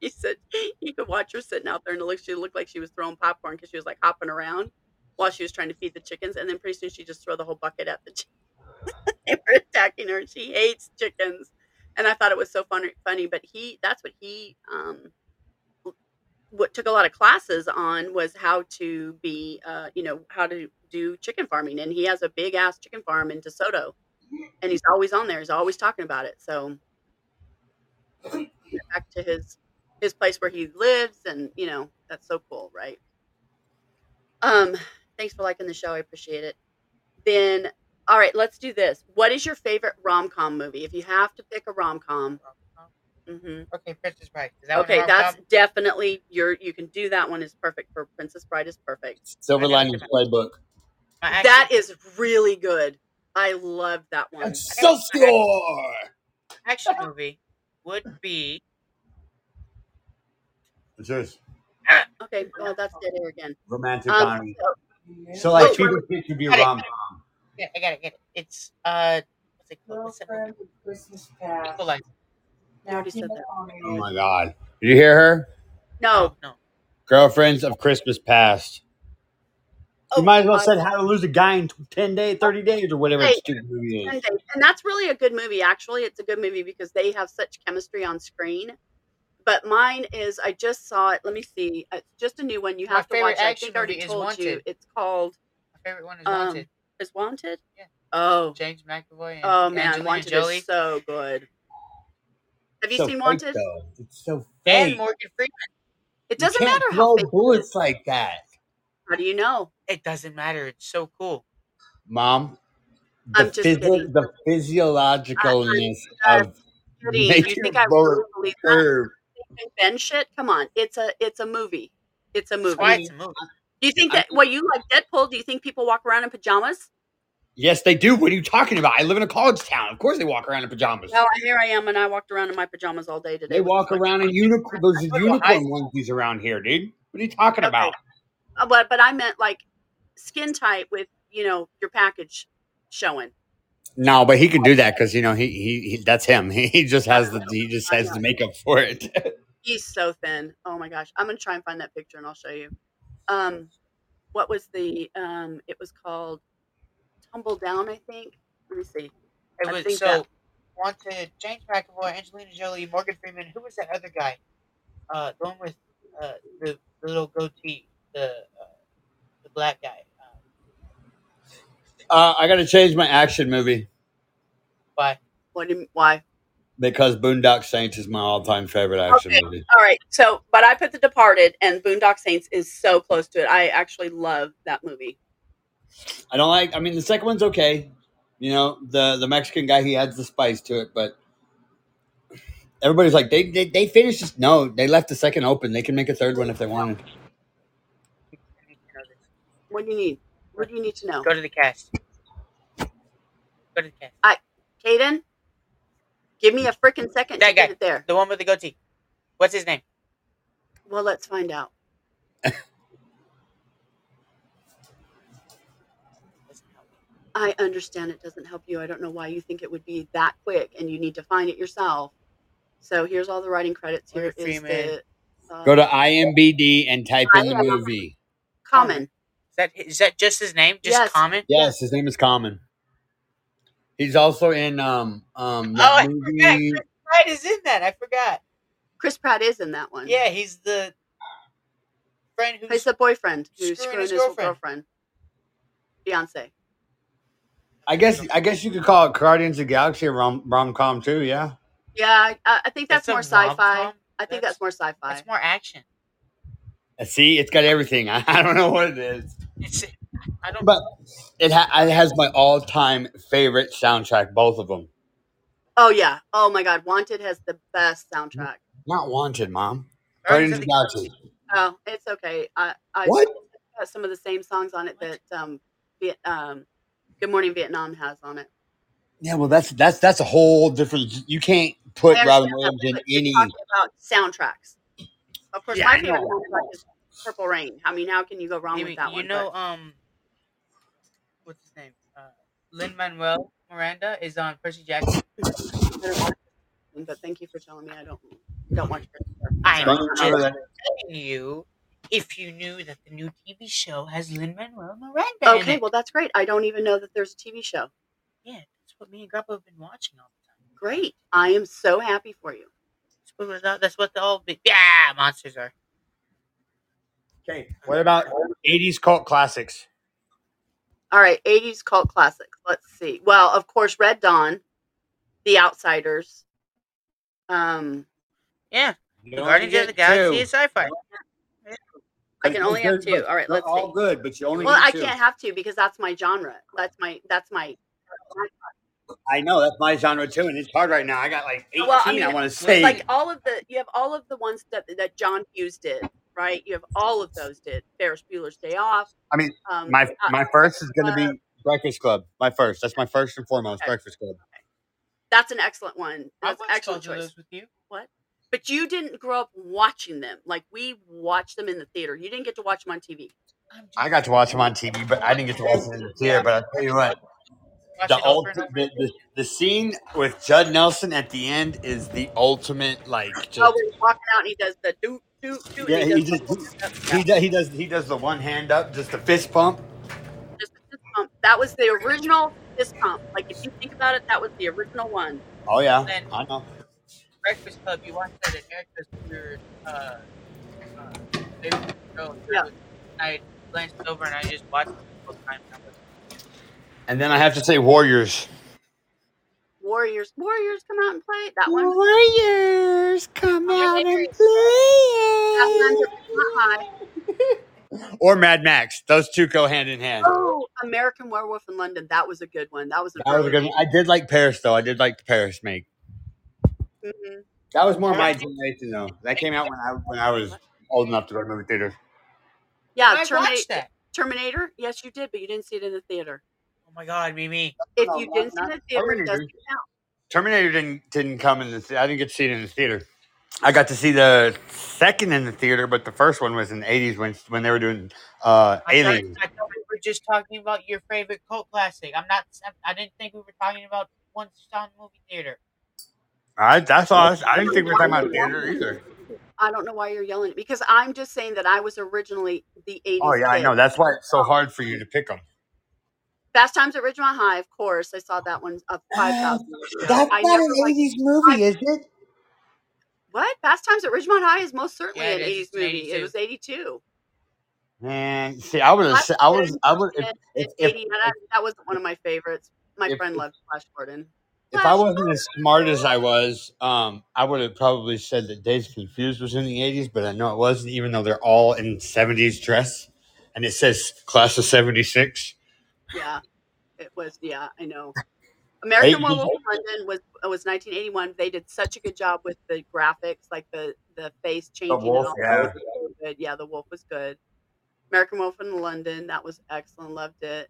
he said, you could watch her sitting out there, and it looked, she looked like she was throwing popcorn because she was like hopping around while she was trying to feed the chickens. And then pretty soon she just throw the whole bucket at the chickens. <laughs> they were attacking her. and She hates chickens and I thought it was so funny. Funny, but he that's what he um what took a lot of classes on was how to be uh you know how to do chicken farming, and he has a big ass chicken farm in DeSoto, and he's always on there. He's always talking about it. So back to his his place where he lives, and you know that's so cool, right? Um, thanks for liking the show. I appreciate it. Then all right, let's do this. What is your favorite rom com movie? If you have to pick a rom com, hmm Okay, Princess Bride. Is that one okay, wrong, that's Tom? definitely your. You can do that one. Is perfect for Princess Bride. Is perfect. Silver I gotta Linings get Playbook. My accent- That is really good. I love that one. Excelsior! action movie would <laughs> be It's just Okay, well that's dead air again. romantic Um, Oh, comedy. so- So like, people think would be a Got it. rom yeah, I gotta get it. It's uh what's it called? What's that movie? Girlfriend with Christmas uh, past. Equalizer. Now Already said keep that. it on Oh it. my god! Did you hear her? no, no. Girlfriends of Christmas Past. Oh, you might as well I- said how to lose a guy in 10 days, 30 days, or whatever Hey. stupid movie and is. they- and that's really a good movie. Actually, it's a good movie because they have such chemistry on screen. But mine is I just saw it. Let me see. It's just a new one. You My have to favorite watch. it. I action think I already movie is told you. Wanted. It's called My favorite one is Um, Wanted. Is Wanted. Yeah. Oh. James McAvoy and Oh man, Angelina Wanted Jolie is so good. Have you So seen fake, Wanted? though. It's so and fake. Morgan Freeman. It You doesn't can't matter how blow fake. it bullets is. like that, How do you know? It doesn't matter. It's so cool. mom. The I'm just kidding. The physiologicalness I- I'm of Kidding. Make You your think I bullet really believe that? curve. Ben shit? Come on. It's a it's a movie. It's a That's movie. why it's a movie. Do you think I'm- that well you like Deadpool? Do you think people walk around in pajamas? Yes, they do. What are you talking about? I live in a college town. Of course, they walk around in pajamas. Well, here I am and I walked around in my pajamas all day today. They with walk my- around in unicorn. There's I- unicorn onesies around here, dude. What are you talking Okay. about? Uh, but but I meant like skin tight with, you know, your package showing. No, but he can do that because you know he, he he that's him. <laughs> He, he just has the he just has <laughs> the makeup for it. <laughs> He's so thin. Oh my gosh. I'm gonna try and find that picture and I'll show you. Um what was the um it was called Tumble Down, I think. Let me see. I It was think uh, so that- wanted James McAvoy, Angelina Jolie, Morgan Freeman. Who was that other guy? Uh, the one with uh, the, the little goatee, the uh, the black guy uh, Uh, I got to change my action movie by What do you, why? because Boondock Saints is my all-time favorite action Okay. movie. All right. So, but I put The Departed and Boondock Saints is so close to it. I actually love that movie. I don't like. I mean, the second one's okay. You know, the the Mexican guy he adds the spice to it, but everybody's like they they, they finished. This. No, they left the second open. They can make a third one if they wanted. What do you need? What do you need to know? Go to the cast. Go to the cast. Caden, give me a freaking second to That get guy. it there. The one with the goatee. What's his name? Well, let's find out. I understand it doesn't help you. I don't know why you think it would be that quick and you need to find it yourself. So here's all the writing credits. Here Morgan is Freeman. the uh, Go to IMBD and type in the movie. common. Is that is that just his name? Just Yes. common? Yes, his name is Common. He's also in um um Oh, I that forgot. movie. Chris Pratt is in that. I forgot. Chris Pratt is in that one. Yeah, he's the friend who's He's the boyfriend who's Screwing screwing his his girlfriend. girlfriend. Beyonce. I guess I guess you could call it Guardians of the Galaxy rom rom com too. Yeah, Yeah, I, I think that's, a more sci fi. rom-com? I think That's- that's, more sci fi. It's more action. see, it's got everything. <laughs> I, I don't know what it is, It's I don't but it ha- it has my all time favorite soundtrack. Both of them. Oh, yeah. Oh, my God. Wanted has the best Mm-hmm. soundtrack. Not wanted, mom. Guardians of Guardians of the the Galaxy. Oh, it's okay. I, I What? got some of the same songs on it What? that um, Viet, um, Good Morning Vietnam has on it. Yeah, well, that's that's that's a whole different. You can't put I Robin understand Williams that, in but you're any. talking about soundtracks. Of course, Yeah, my I favorite know. soundtrack is Purple Rain. I mean, how can you go wrong you, with that you one? know, but- um, what's his name? Uh, Lin Manuel Miranda is on Percy Jackson. I don't watch it, but thank you for telling me I don't don't watch. Christopher. I Don't know. you Just remember that? telling you if you knew that the new TV show has Lin Manuel Miranda. in Okay, it. well that's great. I don't even know that there's a TV show. yeah, that's what me and Grandpa have been watching all the time. Great. I am so happy for you. That's what, we're- that's what the old big yeah monsters are. Okay, what about '80s cult classics? All right, 80s cult classics. Let's see. Well, of course, Red Dawn, The Outsiders. Um, Yeah, You only Guardians of get the Galaxy two. is sci-fi. I can only have two. All right, They're let's all see. good, but you only. Well, get I two. can't have two because that's my genre. That's my that's my I know that's my genre too, and it's hard right now. I got like eighteen. Well, I I, mean, want to say like all of the you have all of the ones that that John Hughes did, right? You have all of those did. Ferris Bueller's Day Off. I mean, um, my uh, my first is going to Club. be Breakfast Club. My first. That's my first and foremost. Okay. Breakfast Club. that's an excellent one. I've That's an watched excellent all of choice. those with you. But you didn't grow up watching them. Like we watched them in the theater. You didn't get to watch them on TV. I'm just I got to watch them on TV, but I didn't get to watch them in the theater. But I tell you what, watching the, it over ult- and over. the, the the scene with Judd Nelson at the end is the ultimate. Like, just, Oh, we're walking out and he does the do do do. yeah, and he does just the- uh, he does he does he does the one hand up, just the fist pump. just the fist pump. That was the original fist pump. Like if you think about it, that was the original one. Oh yeah, Then- I know. Breakfast Club, you watched that at Erica's we were, uh, uh, favorite show. Yeah. I glanced over and I just watched it the whole time. I was- And then I have to say Warriors. Warriors, Warriors, come out and play that one. Warriors, come out and Hi. Or Mad Max. Those two go hand in hand. Oh, American Werewolf in London. That was a good one. That was a, That was a good one. I did like Paris though. I did like the Paris make. Mhm. That was more my generation though. That came out when I when I was old enough to go to movie theaters. Yeah, "Oh, I Terminator. watched that. Terminator. Yes, you did, but you didn't see it in the theater. Oh my god, Mimi. If No, you not- didn't see not it in the theater, it Terminator. doesn't count. Terminator didn't didn't come in the. th- I didn't get to see it in the theater. I got to see the second in the theater, but the first one was in the eighties when when they were doing uh, I thought, Alien. I thought we were just talking about your favorite cult classic. I'm not. I didn't think we were talking about once it's on movie theater. I that's all. I, was- I didn't think we were talking about theater either. I don't know why you're yelling because I'm just saying that I was originally the 80s. Oh yeah, I kid. know. That's why it's so hard for you to pick them. Fast Times at Ridgemont High, of course. I saw that one <gasps> up five thousand. That's I not never an liked- eighties movie, is it? What? Fast Times at Ridgemont High is most certainly Yeah, an it is. eighties movie. It's It 82. was eighty two. Man, see, I would have, I would, I would, if, if, It's if, eighty. and I- That was one of my favorites. My if- friend loved Flash Gordon. if I wasn't as smart as I was, um, I would have probably said that Days Confused was in the eighties, but I know it wasn't, even though they're all in seventies dress, and it says class of seventy six. Yeah, it was. Yeah, I <laughs> know. American Eight- Werewolf in London was uh, was 1981. They did such a good job with the graphics, like the the face changing. and wolf, all yeah. that was really good. yeah, the wolf was good. American Wolf in London, that was excellent. Loved it.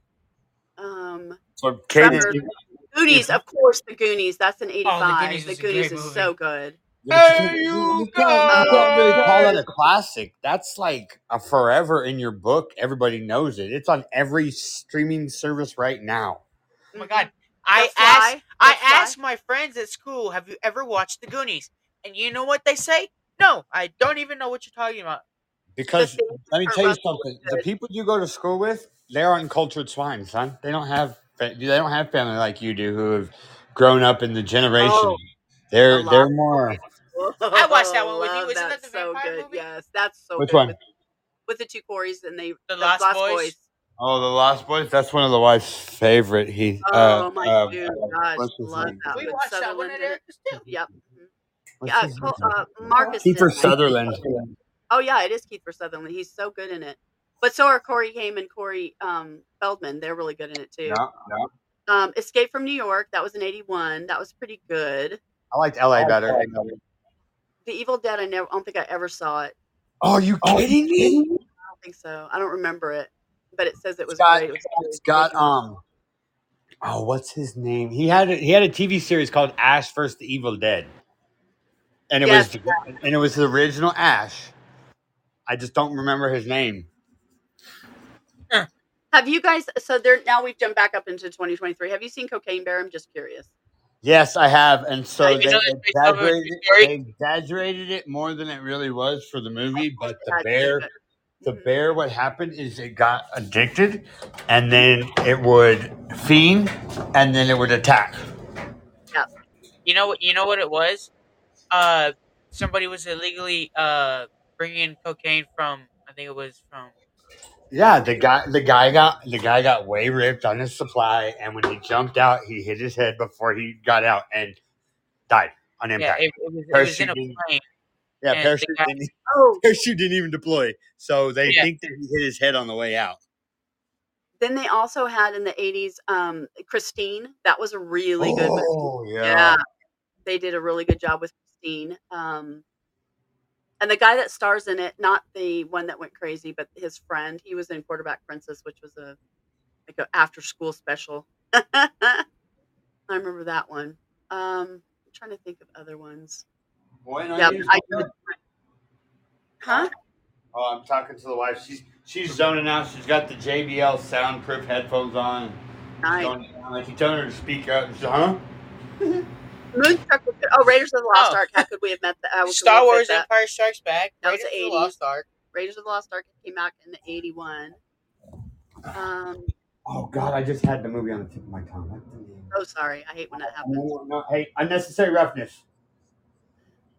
Um, So, Kate, if Summer. you- Goonies, of course, the Goonies. That's an 85. Oh, Goonies the was a Goonies great is movie. so good. yeah, but you, you can't- you can't, you can't really call that guys! a classic. That's like a forever in your book. Everybody knows it. It's on every streaming service right now. Oh my Mhm. god. The Fly, I asked I The Fly. <laughs> asked my friends at school, have you ever watched the Goonies? And you know what they say? No, I don't even know what you're talking about. Because The thing let me for tell you Russell something: is the good. people you go to school with, they're uncultured swine, son. They don't have fa- they don't have family like you do, who have grown up in the generation. Oh, they're a lot. they're more. I watched that one with you. Isn't that the so vampire good. movie? Yes, that's so Which good. one? With, with the two Corys and they The Lost Boys? Oh, the Lost Boys. That's one of the wife's favorite. He. Oh uh, my uh, dude, uh, gosh, what's his love name? that. we with watched that one Sutherland at in it. Eric's too. Yep. mhm. what's Yeah, his Col- name? uh, Marcus. Kiefer Sutherland. Sutherland. Oh yeah, it is Kiefer Sutherland. He's so good in it. But so are Corey Haim and Corey um, Feldman. They're really good in it too. Yeah, yeah. Um, Escape from New York. That was an '81. That was pretty good. I liked L.A. better. The Evil Dead. I never. I don't think I ever saw it. Are you kidding me? I don't think so. I don't remember it. But it says it was Scott- great. It was really It's got good. um. Oh, what's his name? He had a, he had a TV series called Ash vs. the Evil Dead, and it Yes. was and it was the original Ash. I just don't remember his name. Have you guys? So there. Now we've jumped back up into 2023. Have you seen Cocaine Bear? I'm just curious. Yes, I have, and so I they didn't know that based off of a true exaggerated, story. they exaggerated it more than it really was for the movie. But the That's really bear, good. the Mhm. bear, what happened is it got addicted, and then it would fiend, and then it would attack. You know what? You know what it was? Uh, somebody was illegally uh bringing cocaine from. I think it was from. Yeah, the guy the guy got the guy got way ripped on his supply, and when he jumped out, he hit his head before he got out and died on Yeah, impact. it, it was. It was in a Parachute didn't- plane. Yeah, and the parachute, guy- didn't, <laughs> Oh, parachute didn't even deploy, so they Yeah. think that he hit his head on the way out. Then they also had in the 80s um, Christine. That was a really good movie. Oh yeah. Yeah. They did a really good job with Christine. Um, and the guy that stars in it, not the one that went crazy, but his friend, he was in Quarterback Princess, which was a like an after school special. <laughs> I remember that one. Um, I'm trying to think of other ones. Boy, and I Yeah, used- I, huh? oh, I'm talking to the wife. She's she's zoning out. She's got the JBL soundproof headphones on. She's Nice. zoning out. Like you telling her to speak up. She's like, huh? Moonstruck was good. Oh, Raiders of the Lost Oh. Ark. How could we have met <laughs> that? How could we have Star said Wars: that? Empire Strikes Back. That was Raiders of the 80s. Lost Ark. Raiders of the Lost Ark came out in the 81. Um, Oh God, I just had the movie on the tip of my tongue. What's the name? oh, sorry. I hate when that happens. No, no, hey, unnecessary roughness.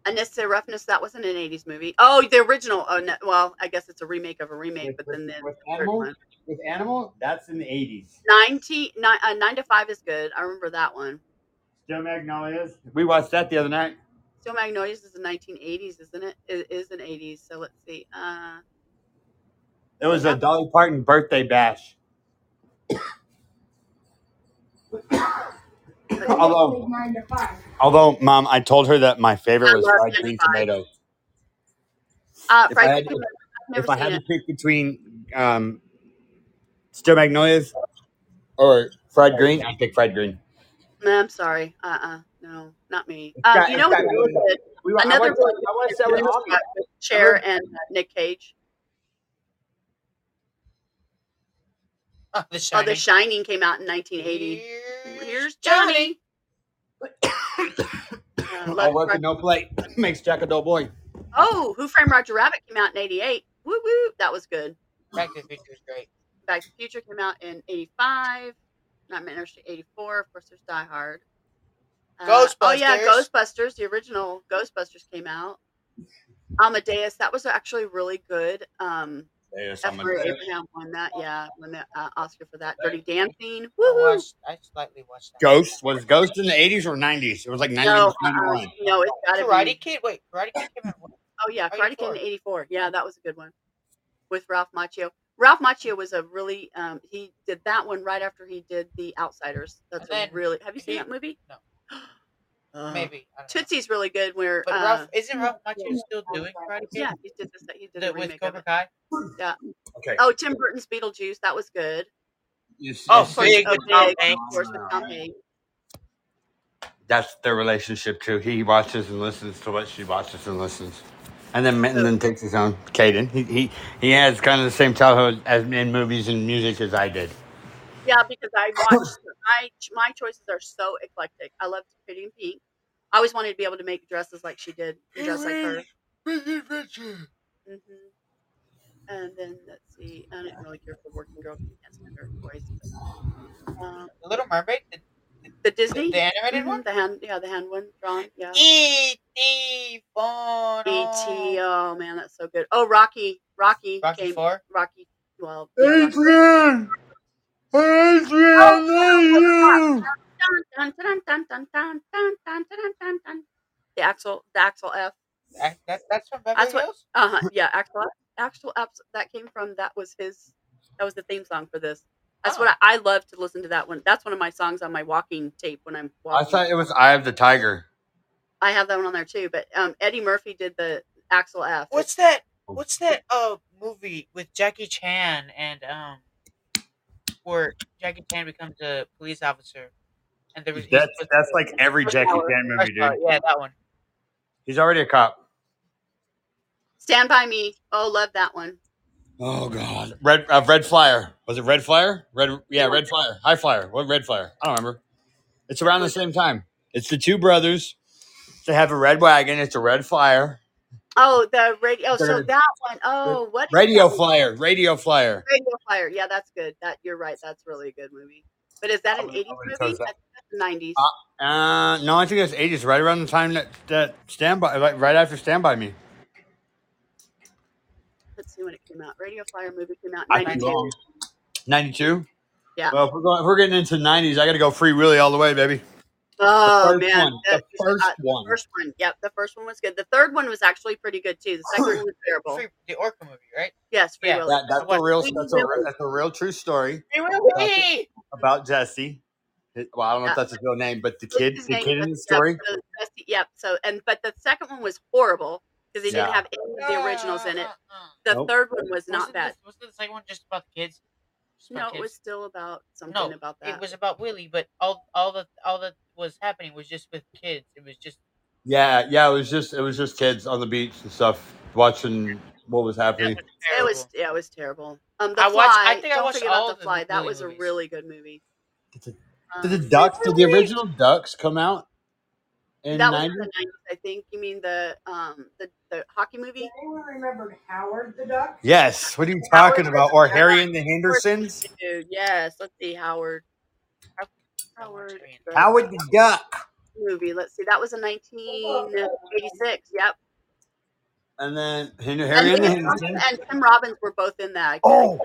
Unnecessary Roughness, that wasn't an 80s movie. Oh, the original. Oh, no, well, I guess it's a remake of a remake, With- but with- then the, with the third Animal? one. With Animal, that's in the 80s. 90, nine, uh, 9 to 5 is good. I remember that one. Still Magnolias. We watched that the other night. Steel Magnolias is the 1980s, isn't it? It is an 80s. So let's see. Uh, It was a Dolly Parton birthday bash. Although, Nine to five. although, Mom, I told her that my favorite I was love Nine fried to green Five. tomatoes. uh, If Fried I had- Chicken, I've If never I seen had it. to pick between um, Still Magnolias or fried green, I'd pick fried green. No, I'm sorry. Uh uh No, not me. It's Um, got- you it's know what? got- really good? We, wa- I Another watched- really I watched that Ridley with Mommy. Scott with Cher and uh, Nick Cage. <laughs> Oh, the Oh, Shining. The Shining came out in 1980. Here's, Here's Johnny. Uh, I Love work Roger- in no plate. <laughs> Makes Jack a dull boy. oh, Who Framed Roger Rabbit came out in 88. Woo woo. That was good. Back to the Future is great. Back to the Future came out in 85. Nightmare on Elm Street 84. Of course, there's Die Hard. Uh, Oh, yeah, Ghostbusters. Ghostbusters. The original Ghostbusters came out. Amadeus. That was actually really good. Um, There's some of Edgar that. Abraham won that. Yeah, won the uh, Oscar for that. Dirty Dancing. I Woo! watched. I slightly watched that. Ghost was Ghost in the eighties or nineties? It was like No, nineties, uh, ninety-one. no, it's got to be. Karate Kid. Wait, Karate Kid came out. when? Oh yeah, Karate Kid in 84. '84. Yeah, that was a good one with Ralph Macchio. Ralph Macchio was a really um, he did that one right after he did The Outsiders. That's And then a really. Have you seen he- that movie? no. Uh, Maybe. I don't know. Tootsie's really good. Where But uh, Ralph, isn't Ralph Macchio yeah. still doing Karate Kid? yeah, he did this. He did The- a with remake of Cobra it. Kai. Okay. Oh, Tim Burton's Beetlejuice. That was good. You see- Oh, you so see- Big oh, with Tom Big, of Hanks. course, with Tom Hanks. That's their relationship too. He watches and listens to what she watches and listens, and then and then takes his own. Caden, he he he has kind of the same childhood as in movies and music as I did. Yeah, because I watch my my choices are so eclectic. I love pretty and pink. I always wanted to be able to make dresses like she did, and dress like her. hmm Mm-hmm. And then let's see. I didn't really care for Working Girl. 'cause That's my favorite voice. but, um, The Little Mermaid. The, the the, Disney, the animated Mhm, one. the hand, yeah, the hand one drawn, yeah. E E.T. Bono. BT. Oh man, that's so good. Oh, Rocky, Rocky, Rocky came, Four. Rocky. Well, yeah, Rocky. Adrian, Adrian, I love Dun, you. dun, dun, dun, dun, dun, dun, dun, dun, dun. the Axel, the Axel F. That, that- that's from Beverly That's what- Hills. Uh <laughs> huh. Yeah, Axel. Axel F. That came from. That was his. That was the theme song for this. That's Oh. what I, I love to listen to. That one. That's one of my songs on my walking tape when I'm I walking. thought it was Eye of the Tiger. I have that one on there too. But um, Eddie Murphy did the Axel F. What's that? Oh. What's that? Uh, movie with Jackie Chan and um, where Jackie Chan becomes a police officer, and there was he's That's supposed to that's be- like every Jackie Chan Rush movie, Hour, dude. Yeah, that one. He's already a cop. Stand by Me. Oh, love that one. Oh God, red uh, red flyer was it red flyer? Red yeah, red flyer, high flyer. What red flyer? I don't remember. It's around the same time. It's the two brothers. They have a red wagon. It's a red flyer, Oh, the radio. So Third. that one. Oh, what? is radio that one? flyer, radio flyer. Radio Flyer. Yeah, that's good. That you're right. That's a really good movie. But is that I an would've- I '80s movie? would've I chose think that. that's a '90s. Uh, Uh, no, I think it's eighties, right around the time that that standby, like right after Stand By Me. Let's see when it came out. Radio Flyer movie came out I in could be '92. wrong. Ninety-two. Yeah. Well, if we're, going, if we're getting into nineties, I got to go free Willy all the way, baby. Oh First man, one. that- the first uh, one. first one. Yep, the first one was good. The third one was actually pretty good too. The second <laughs> one was terrible. Free, the Orca movie, right? Yes, Free Yeah. Willy. That, that's a real. That's a, real- that's a real true story. about Jesse. It- Well, I don't know if Yeah. that's his real name, but the Uh, What's kid, his the name? kid in the Yep, story. so that's- Yep. So and but the second one was horrible because they Yeah. didn't have any of the originals in it. The Nope. third one was not Wasn't bad. This, wasn't the second one just about the kids? Just about No, kids? it was still about something No, about that. It was about Willie, but all all the all that was happening was just with kids. It was just Yeah, yeah. It was just, it was just kids on the beach and stuff, watching what was happening. It that was was terrible. yeah, it was terrible. Um, the I fly. watched- I think I don't watched forget about all the of the fly. That Willy was a movies. really good movie. Did the- Um, Did the ducks? Did the original ducks come out in that was in ninety? the nineties, I think. You mean the um the, the hockey movie? Anyone remembered Howard the Duck? Yes. What are you talking about? Or Harry and the Hendersons? Dude, yes. Let's see Howard. Howard. Howard. the Howard the Duck. movie. Let's see. That was in nineteen eighty six. Yep. And then Hen- Harry And and Tim, the Hendersons. Robbins and Tim Robbins were both in that. Oh,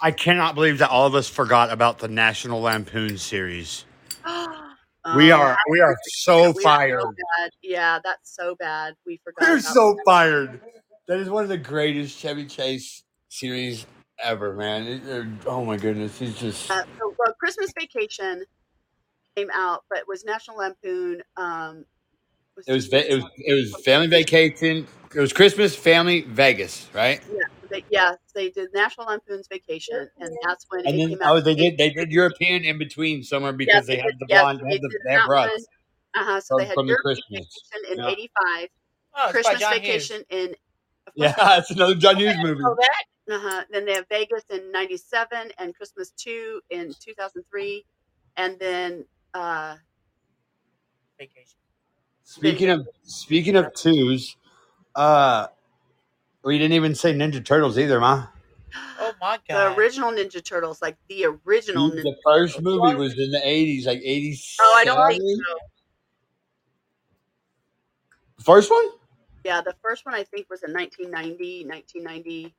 I cannot believe that all of us forgot about the National Lampoon series. We <gasps> Um, are, we are we so are fired. so bad. Yeah, that's so bad. We forgot. You're about so fired. That is one of the greatest Chevy Chase series ever, man. It- it- oh my goodness, he's just Uh, so, well, Christmas Vacation came out, but was National Lampoon. Um, it was va- it was it was family vacation. It was Christmas family Vegas, right? They, yes, they did National Lampoon's Vacation, and that's when And it then came out. oh, they did they did European in between somewhere because they had the blonde, they had the they <laughs> had brats. Uh-huh, so from- they had from the European Christmas. Vacation in Yeah. '85, Oh, it's by Christmas John Hughes. Vacation in. of course- Yeah, <laughs> it's another John Hughes movie. Oh, that? <laughs> Uh-huh. Then they have Vegas in '97 and Christmas Two in 2003, and then uh, Vacation. Speaking of speaking of twos, uh, we didn't even say Ninja Turtles either, ma. Oh my the god. original Ninja Turtles, like the original. Ninja- The first movie was in the 80s, like 87. oh, I don't think so. The first one? Yeah, the first one I think was in 1990, 1990.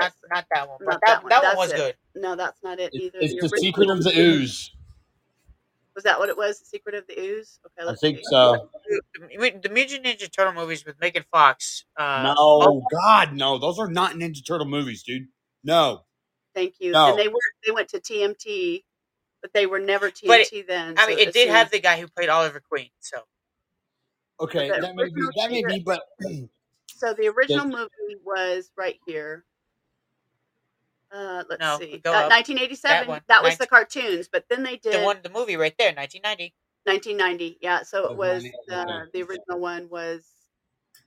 not, not that one. But Not that that, one, that one, that's was it. good. No, that's not it It- either. It's The original- Secret of the Ooze. Was that what it was? The Secret of the Ooze? Okay, I let's think see. so. The, the Mutant Ninja Turtle movies with Megan Fox. Uh, No, Oh, God, no. Those are not Ninja Turtle movies, dude. No. Thank you. No. And they were they went to TMT, but they were never TMT then. I so mean, it did assume- have the guy who played Oliver Queen. So Okay, But that may be, original that may be, secret- but So the original movie was right here. Uh, let's No, see. go Uh, up. 1987. That, That one. was the cartoons, but then they did the one, the movie right there, 1990. 1990. Yeah, so The it was one in uh, the 1990. original one was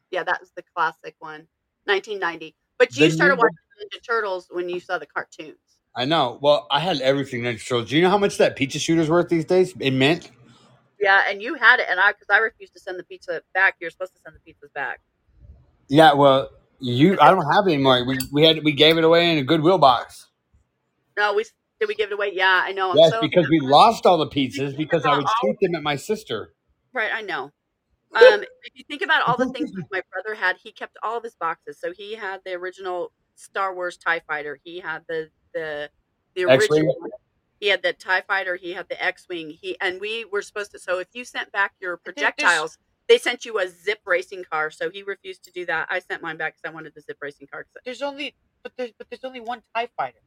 yeah, that was the classic one, 1990. But The you started new- watching Ninja Turtles when you saw the cartoons. I know. Well, I had everything Ninja Turtles. Do you know how much that pizza shooter's worth these days in mint? Yeah, and you had it, and I because I refused to send the pizza back. You're supposed to send the pizzas back. Yeah, well, you, I don't have it anymore. We, we had, we gave it away in a Goodwill box. No, we s- did we give it away? Yeah, I know. Oh, I'm Yes, so because we lost all the pizzas because I would All- shoot them at my sister. Right, I know. Um, if you think about all the things like my brother had, he kept all of his boxes. So he had the original Star Wars Tie Fighter. He had the the the X-Wing? original. He had the Tie Fighter. He had the X Wing. He and we were supposed to. So if you sent back your think this- projectiles, they sent you a zip racing car. So he refused to do that. I sent mine back because I wanted the zip racing car. 'cause There's only, but there's, but there's only one Tie Fighter.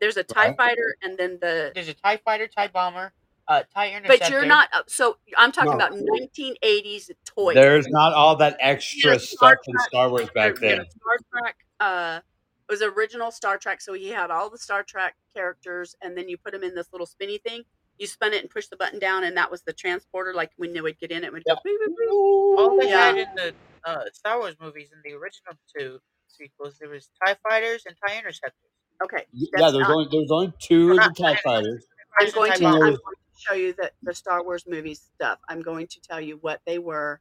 There's a Tie Right. Fighter and then the. There's a Tie Fighter, Tie Bomber, uh, Tie Interceptor. But you're not. uh, So I'm talking No. about 1980s toys. There's not all that extra Yeah, stuff Star in Trek- Star Wars back Yeah, then. Star Trek. Uh, it was original Star Trek, so he had all the Star Trek characters, and then you put them in this little spinny thing. You spun it and push the button down, and that was the transporter. Like when they would get in, it would go. beep, beep, beep. All they Yeah. had in the uh, Star Wars movies in the original two sequels, there was Tie Fighters and Tie Interceptors. Okay, Yeah, That's there's not- only, there's only two of the Not- TIE fighters. I'm Fighters going and to. Tie I'm Bombers. going to show you the the Star Wars movie stuff. I'm going to tell you what they were,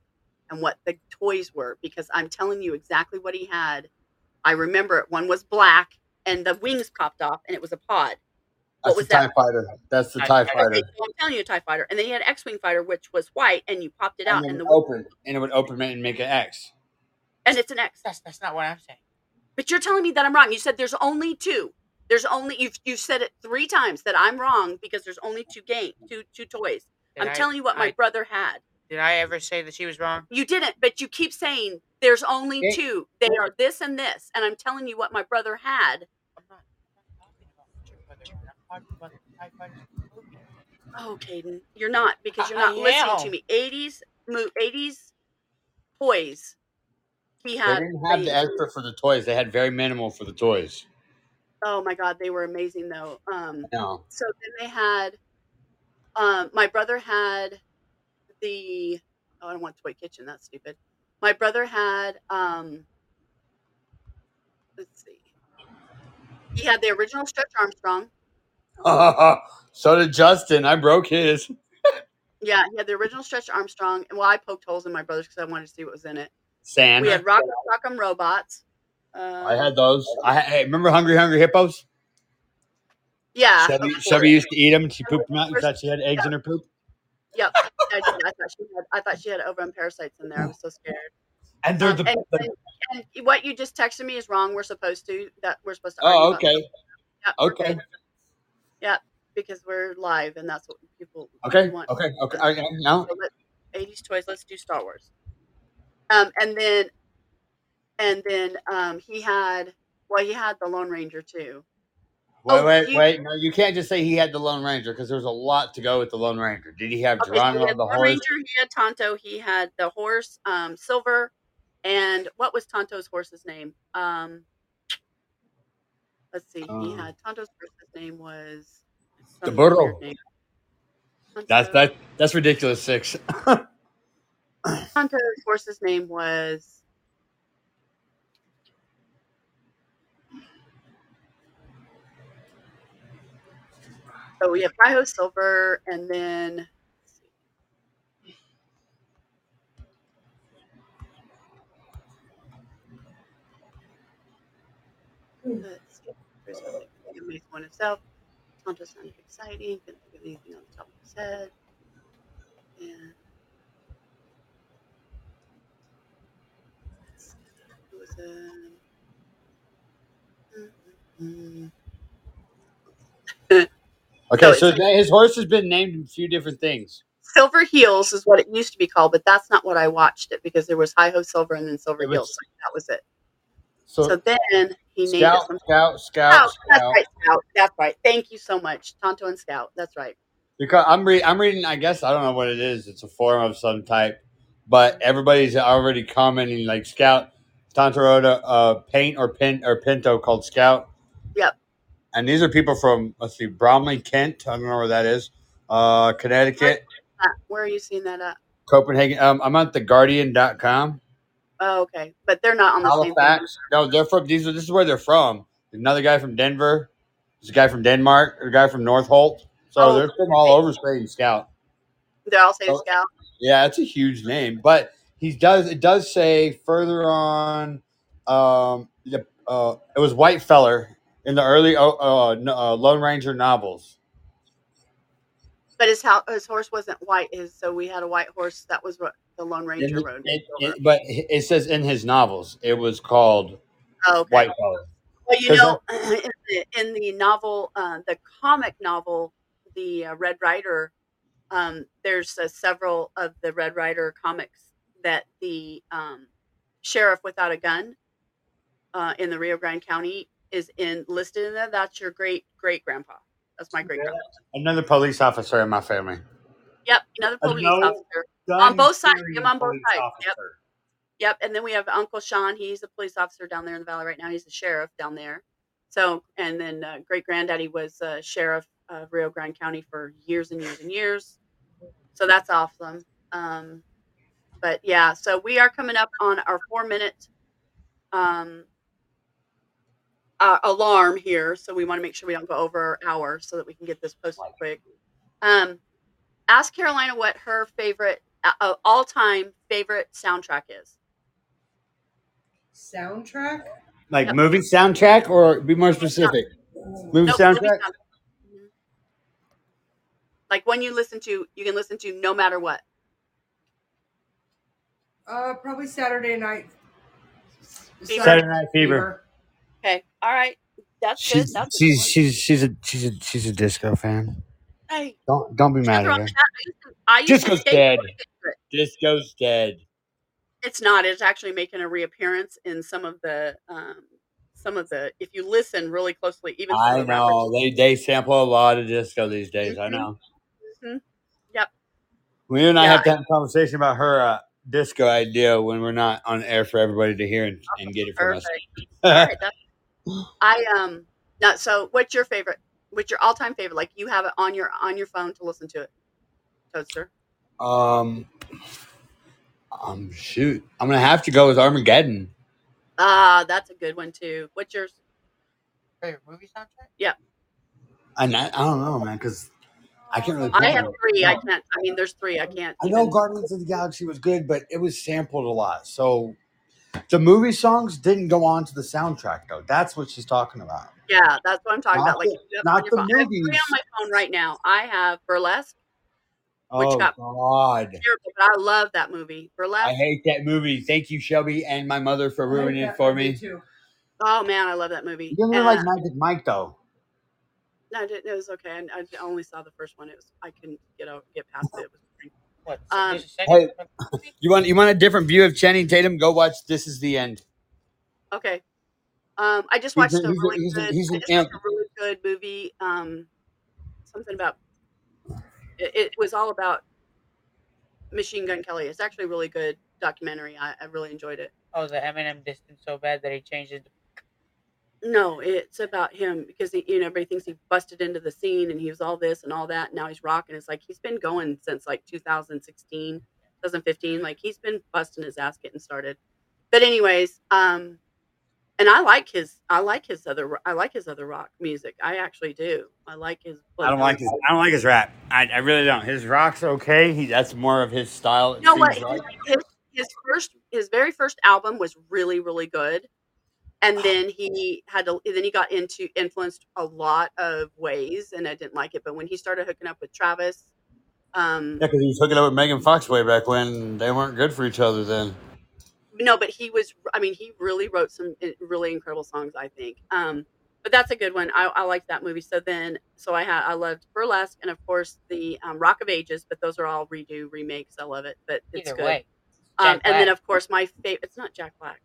and what the toys were, because I'm telling you exactly what he had. I remember it. One was black, and the wings popped off, and it was a pod. What That's was the TIE that? fighter. That's the Tie TIE Fighter. fighter. Okay, so I'm telling you, a Tie Fighter, and then he had X Wing Fighter, which was white, and you popped it out, and and, then the it opened, and it would open it and make an X. and it's an X. That's that's not what I'm saying. But you're telling me that I'm wrong. You said there's only two. There's only you've you said it three times that I'm wrong because there's only two game two two toys. Did I'm I- telling you what my I- brother had. Did I ever say that she was wrong? You didn't, but you keep saying there's only Yeah. two. They are this and this, and I'm telling you what my brother had. I'm not, I'm not talking about what your brother did. I'm talking about the Tie Fighters movie. Oh, Caden, you're not because you're I- I not listening to am. me. 80s mo- 80s toys. He They had. didn't have the things. extra for the toys. They had very minimal for the toys. Oh my God, they were amazing though. Um, No, so then they had, um, my brother had the, oh, I don't want toy kitchen. That's stupid. My brother had, um, let's see, he had the original Stretch Armstrong. <laughs> so did Justin. I broke his. Yeah, he had the original Stretch Armstrong. And well, I poked holes in my brother's because I wanted to see what was in it. Sam. We had Rock Rock'em Robots. Uh, I had those. I had, hey, remember Hungry Hungry Hippos. yeah. of Chevy, course. Chevy used to eat them. She pooped them out. and thought she had eggs in her poop. Yep. I, did. I thought she had. I thought she had ovum parasites in there. I was so scared. And they're Um, the. and, and- and what you just texted me is wrong. We're supposed to that we're supposed to. oh, argue about- okay, Yep, we're okay, good, Because we're live, and that's what people okay, want. okay, okay. I- I- No, So let- 80s toys. Let's do Star Wars. Um, and then, and then um, he had. Well, he had the Lone Ranger too. wait, Oh, wait, you- wait. No, you can't just say he had the Lone Ranger because there's a lot to go with the Lone Ranger. Did he have Okay, so he Geronimo had the Lone horse? Ranger. He had Tonto. He had the horse, um, Silver, and what was Tonto's horse's name? Um, let's see. he Um, had Tonto's horse's name was The some burro. weird name. That's Tonto- that. That's ridiculous. Six. Tonto's horse's name was. So we have Kaiho Oh, Silver, and then Chris was thinking of making one himself. Tonto sounded exciting. Couldn't think of anything on the top of his head. And it was um, So Okay, so that, his horse has been named a few different things. Silver Heels is what it used to be called, but that's not what I watched it because there was Hi Ho Silver and then Silver It was- Heels. So that was it. So, So then he named it scout, something. scout, scout, Scout. That's scout. right, Scout. That's right. Thank you so much, Tonto and Scout. That's right. Because I'm re- I'm reading. I guess I don't know what it is. It's a form of some type, but everybody's already commenting like Scout, Tantarota, uh, Paint or Pin or Pinto called Scout. Yep. And these are people from let's see, Bromley, Kent. I don't know where that is. Uh, Connecticut, Uh, where are you seeing that at? Copenhagen. Um, I'm at theguardian.com. Oh, okay. But they're not on the same. Halifax. No, they're from these. Are, this is where they're from. Another guy from Denver. There's a guy from Denmark. A guy from North Holt. So Oh, they're from all over Spain. Scout. Thing. They're all saying Oh. Scout. Yeah, it's a huge name, but he does it does say further on. Um, the uh, it was White Feller in the early uh, uh, n- uh, Lone Ranger novels. But his ho- his horse wasn't white. His so we had a white horse. That was what the Lone Ranger In- rode. it- it- but it says in his novels, it was called oh, okay. White Feller. Well, you 'Cause know, <clears throat> in the, in the novel, uh, the comic novel, the uh, Red Rider, um, there's uh, several of the Red Rider comics that the um, sheriff without a gun uh, in the Rio Grande County is in listed in there. That's your great great grandpa. That's my great grandpa. Another police officer in my family. Yep, another police know- officer. On both sides, Serious him on both police sides, yep. officer. Yep, and then we have Uncle Sean. He's a police officer down there in the valley right now. He's the sheriff down there. So, and then uh, great granddaddy was uh, sheriff of Rio Grande County for years and years and years. So that's awesome. Um, but yeah, so we are coming up on our four minute um, uh, alarm here. So we want to make sure we don't go over our hour so that we can get this posted quick. Um, ask Carolina what her favorite uh, all time favorite soundtrack is. Soundtrack? Like Yep. movie soundtrack, or be more specific, movie Nope, movie soundtrack. soundtrack. Mhm. Like one you listen to, you can listen to no matter what. Uh, probably Saturday night. Saturday Night Fever. Okay. All right. That's She's good. That's a good she's one. she's she's a she's a she's a disco fan. Hey, Don't don't be mad never at on her. that. I used to- I used to Disco's skate dead. before I could do it. Disco's dead. It's not. It's actually making a reappearance in some of the um some of the if you listen really closely, even some I of the rappers. know they they sample a lot of disco these days. I know. Mhm. Yep. We and I Mm-hmm. Yeah, have to have a conversation about her uh, disco idea when we're not on air for everybody to hear and, and get it from Perfect. All us. <laughs> right, that's- I um no, so what's your favorite what's your all time favorite? Like you have it on your on your phone to listen to it. Toadster. <laughs> um, um, shoot, I'm gonna have to go with Armageddon. Ah, that's a good one too. What's yours? Favorite movie soundtrack? And I, I don't know, man, because I can't really. I have pinpoint it. three. I can't I mean there's three. I can't <laughs> I know even- Guardians of the Galaxy was good, but it was sampled a lot. So the movie songs didn't go on to the soundtrack, though. That's what she's talking about. Yeah, that's what I'm talking Not about. Like the- you have not on your phone. the I have three movies. on my phone right now. I have Burlesque, Which oh, got- God. terrible, but I love that movie. I Burlesque. hate that movie. Thank you, Shelby, and my mother for ruining it for me. Too. Oh man, I love that movie. You didn't And, really like uh, Magic Mike, though. no, it, it was okay. I, I only saw the first one. It was I couldn't get out, get past it. It was What? Um, There's a second- You want you want a different view of Channing Tatum? Go watch This Is the End. Okay. Um, I just He's watched a, a- he's a- really he's a- good. he's I an just watched imp. a really good movie. Um, something about it, it was all about Machine Gun Kelly. It's actually a really good documentary. I, I really enjoyed it. Oh, the Eminem dissed him so bad that he changed his No, it's about him because he, you know everybody thinks he busted into the scene and he was all this and all that. And now he's rocking. It's like he's been going since like 2016, 2015. Like he's been busting his ass getting started. But anyways, um, and I like his I like his other I like his other rock music. I actually do. I like his. I don't like his. I don't like his rap. I, I really don't. His rock's okay. He that's more of his style. It You know seems what? like. His, his first his very first album was really really good. and then he had to then he got into influenced a lot of ways and i didn't like it but when he started hooking up with travis um Yeah, because he was hooking up with Megan Fox way back when they weren't good for each other then. no but he was i mean he really wrote some i- really incredible songs i think um but that's a good one i, I liked that movie so then so i had i loved burlesque and of course the um, rock of ages but those are all redo remakes i love it but it's Either good way. um, Jack and then Black. of course my favorite it's not jack black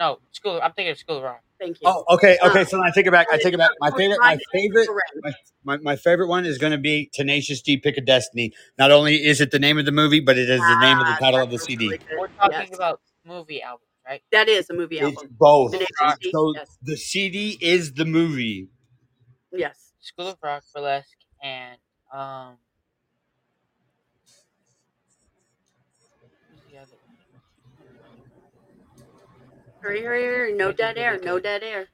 No, school. I'm thinking of School of Rock. thank you Oh, okay, Uh, okay. So then I take it back. I take it back. My favorite, my favorite, Correct. my, my favorite one is going to be Tenacious D. Pick a Destiny. Not only is it the name of the movie, but it is the name of the Ah, title of the that's a CD. really good- We're talking yes. about movie albums, right? that is a movie It's album both. Uh, Tenacious D, So yes. the CD is the movie. yes School of Rock, Burlesque, and um. who's the other one? Hurry, hurry, hurry. No dead air. No dead air.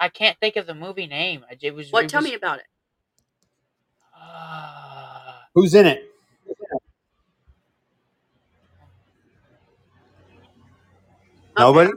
I can't think of the movie name. I- It was. What? it Tell <sighs> was- me about it. Ah. Who's in it? Okay. Nobody.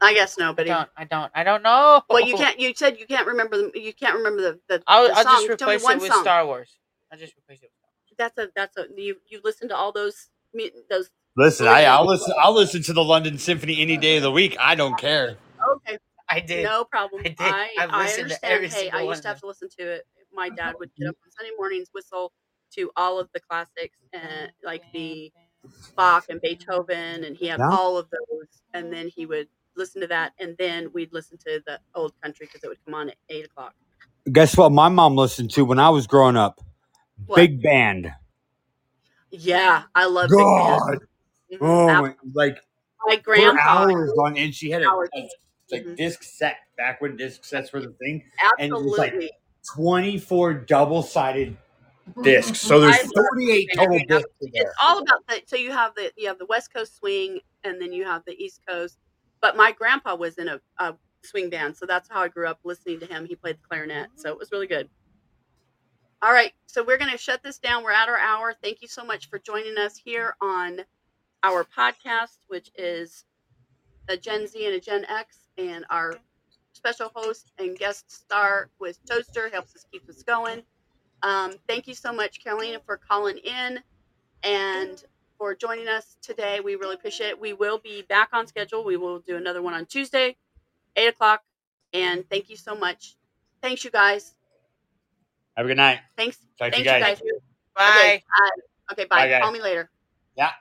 I guess I nobody. don't. I don't. I don't know. Well, Oh. you can't. You said you can't remember the. You can't remember the. the, <laughs> I'll, the I'll just song. Tell me replace one it with song. Star Wars. I'll just replace it. That's a. That's a. You you listen to all those mu- those. Listen, I, I'll listen. I'll listen to the London Symphony any day of the week. I don't care. Okay. I did. No problem. I did. I I I listened to understand. every hey, single I one used of to have them. Uh-huh. to listen to it. My dad would get up on Sunday mornings, whistle to all of the classics and like the Bach and Beethoven, and he had Yeah. all of those. And then he would listen to that, and then we'd listen to the old country because it would come on at eight o'clock. Guess what? My mom listened to when I was growing up. What? Big band. Yeah, I love Big Band. God. Mhm. Oh, Ab- my, like my four grandpa. hours on end. She had a, Hours. a like Mhm. disc set back when disc sets were the thing. and it was like- Absolutely. 24 double sided discs. So I there's love 48 total Big Band. discs in there. It's all about that. So you have the you have the West Coast swing, and then you have the East Coast. But my grandpa was in a, a swing band, so that's how I grew up listening to him. He played the clarinet, so it was really good. All right, so we're going to shut this down. We're at our hour. Thank you so much for joining us here on our podcast, which is a Gen Z and a Gen X, and our special host and guest star with Toaster helps us keep us going. Um, thank you so much, Carolina, for calling in and for joining us today. We really appreciate it. We will be back on schedule. We will do another one on Tuesday, eight o'clock. And thank you so much. Thanks, you guys. Have a good night. Thanks. Thank Talk to you you guys. guys. Bye. Okay, bye. Okay, bye. Bye, guys. Call me later. Yeah.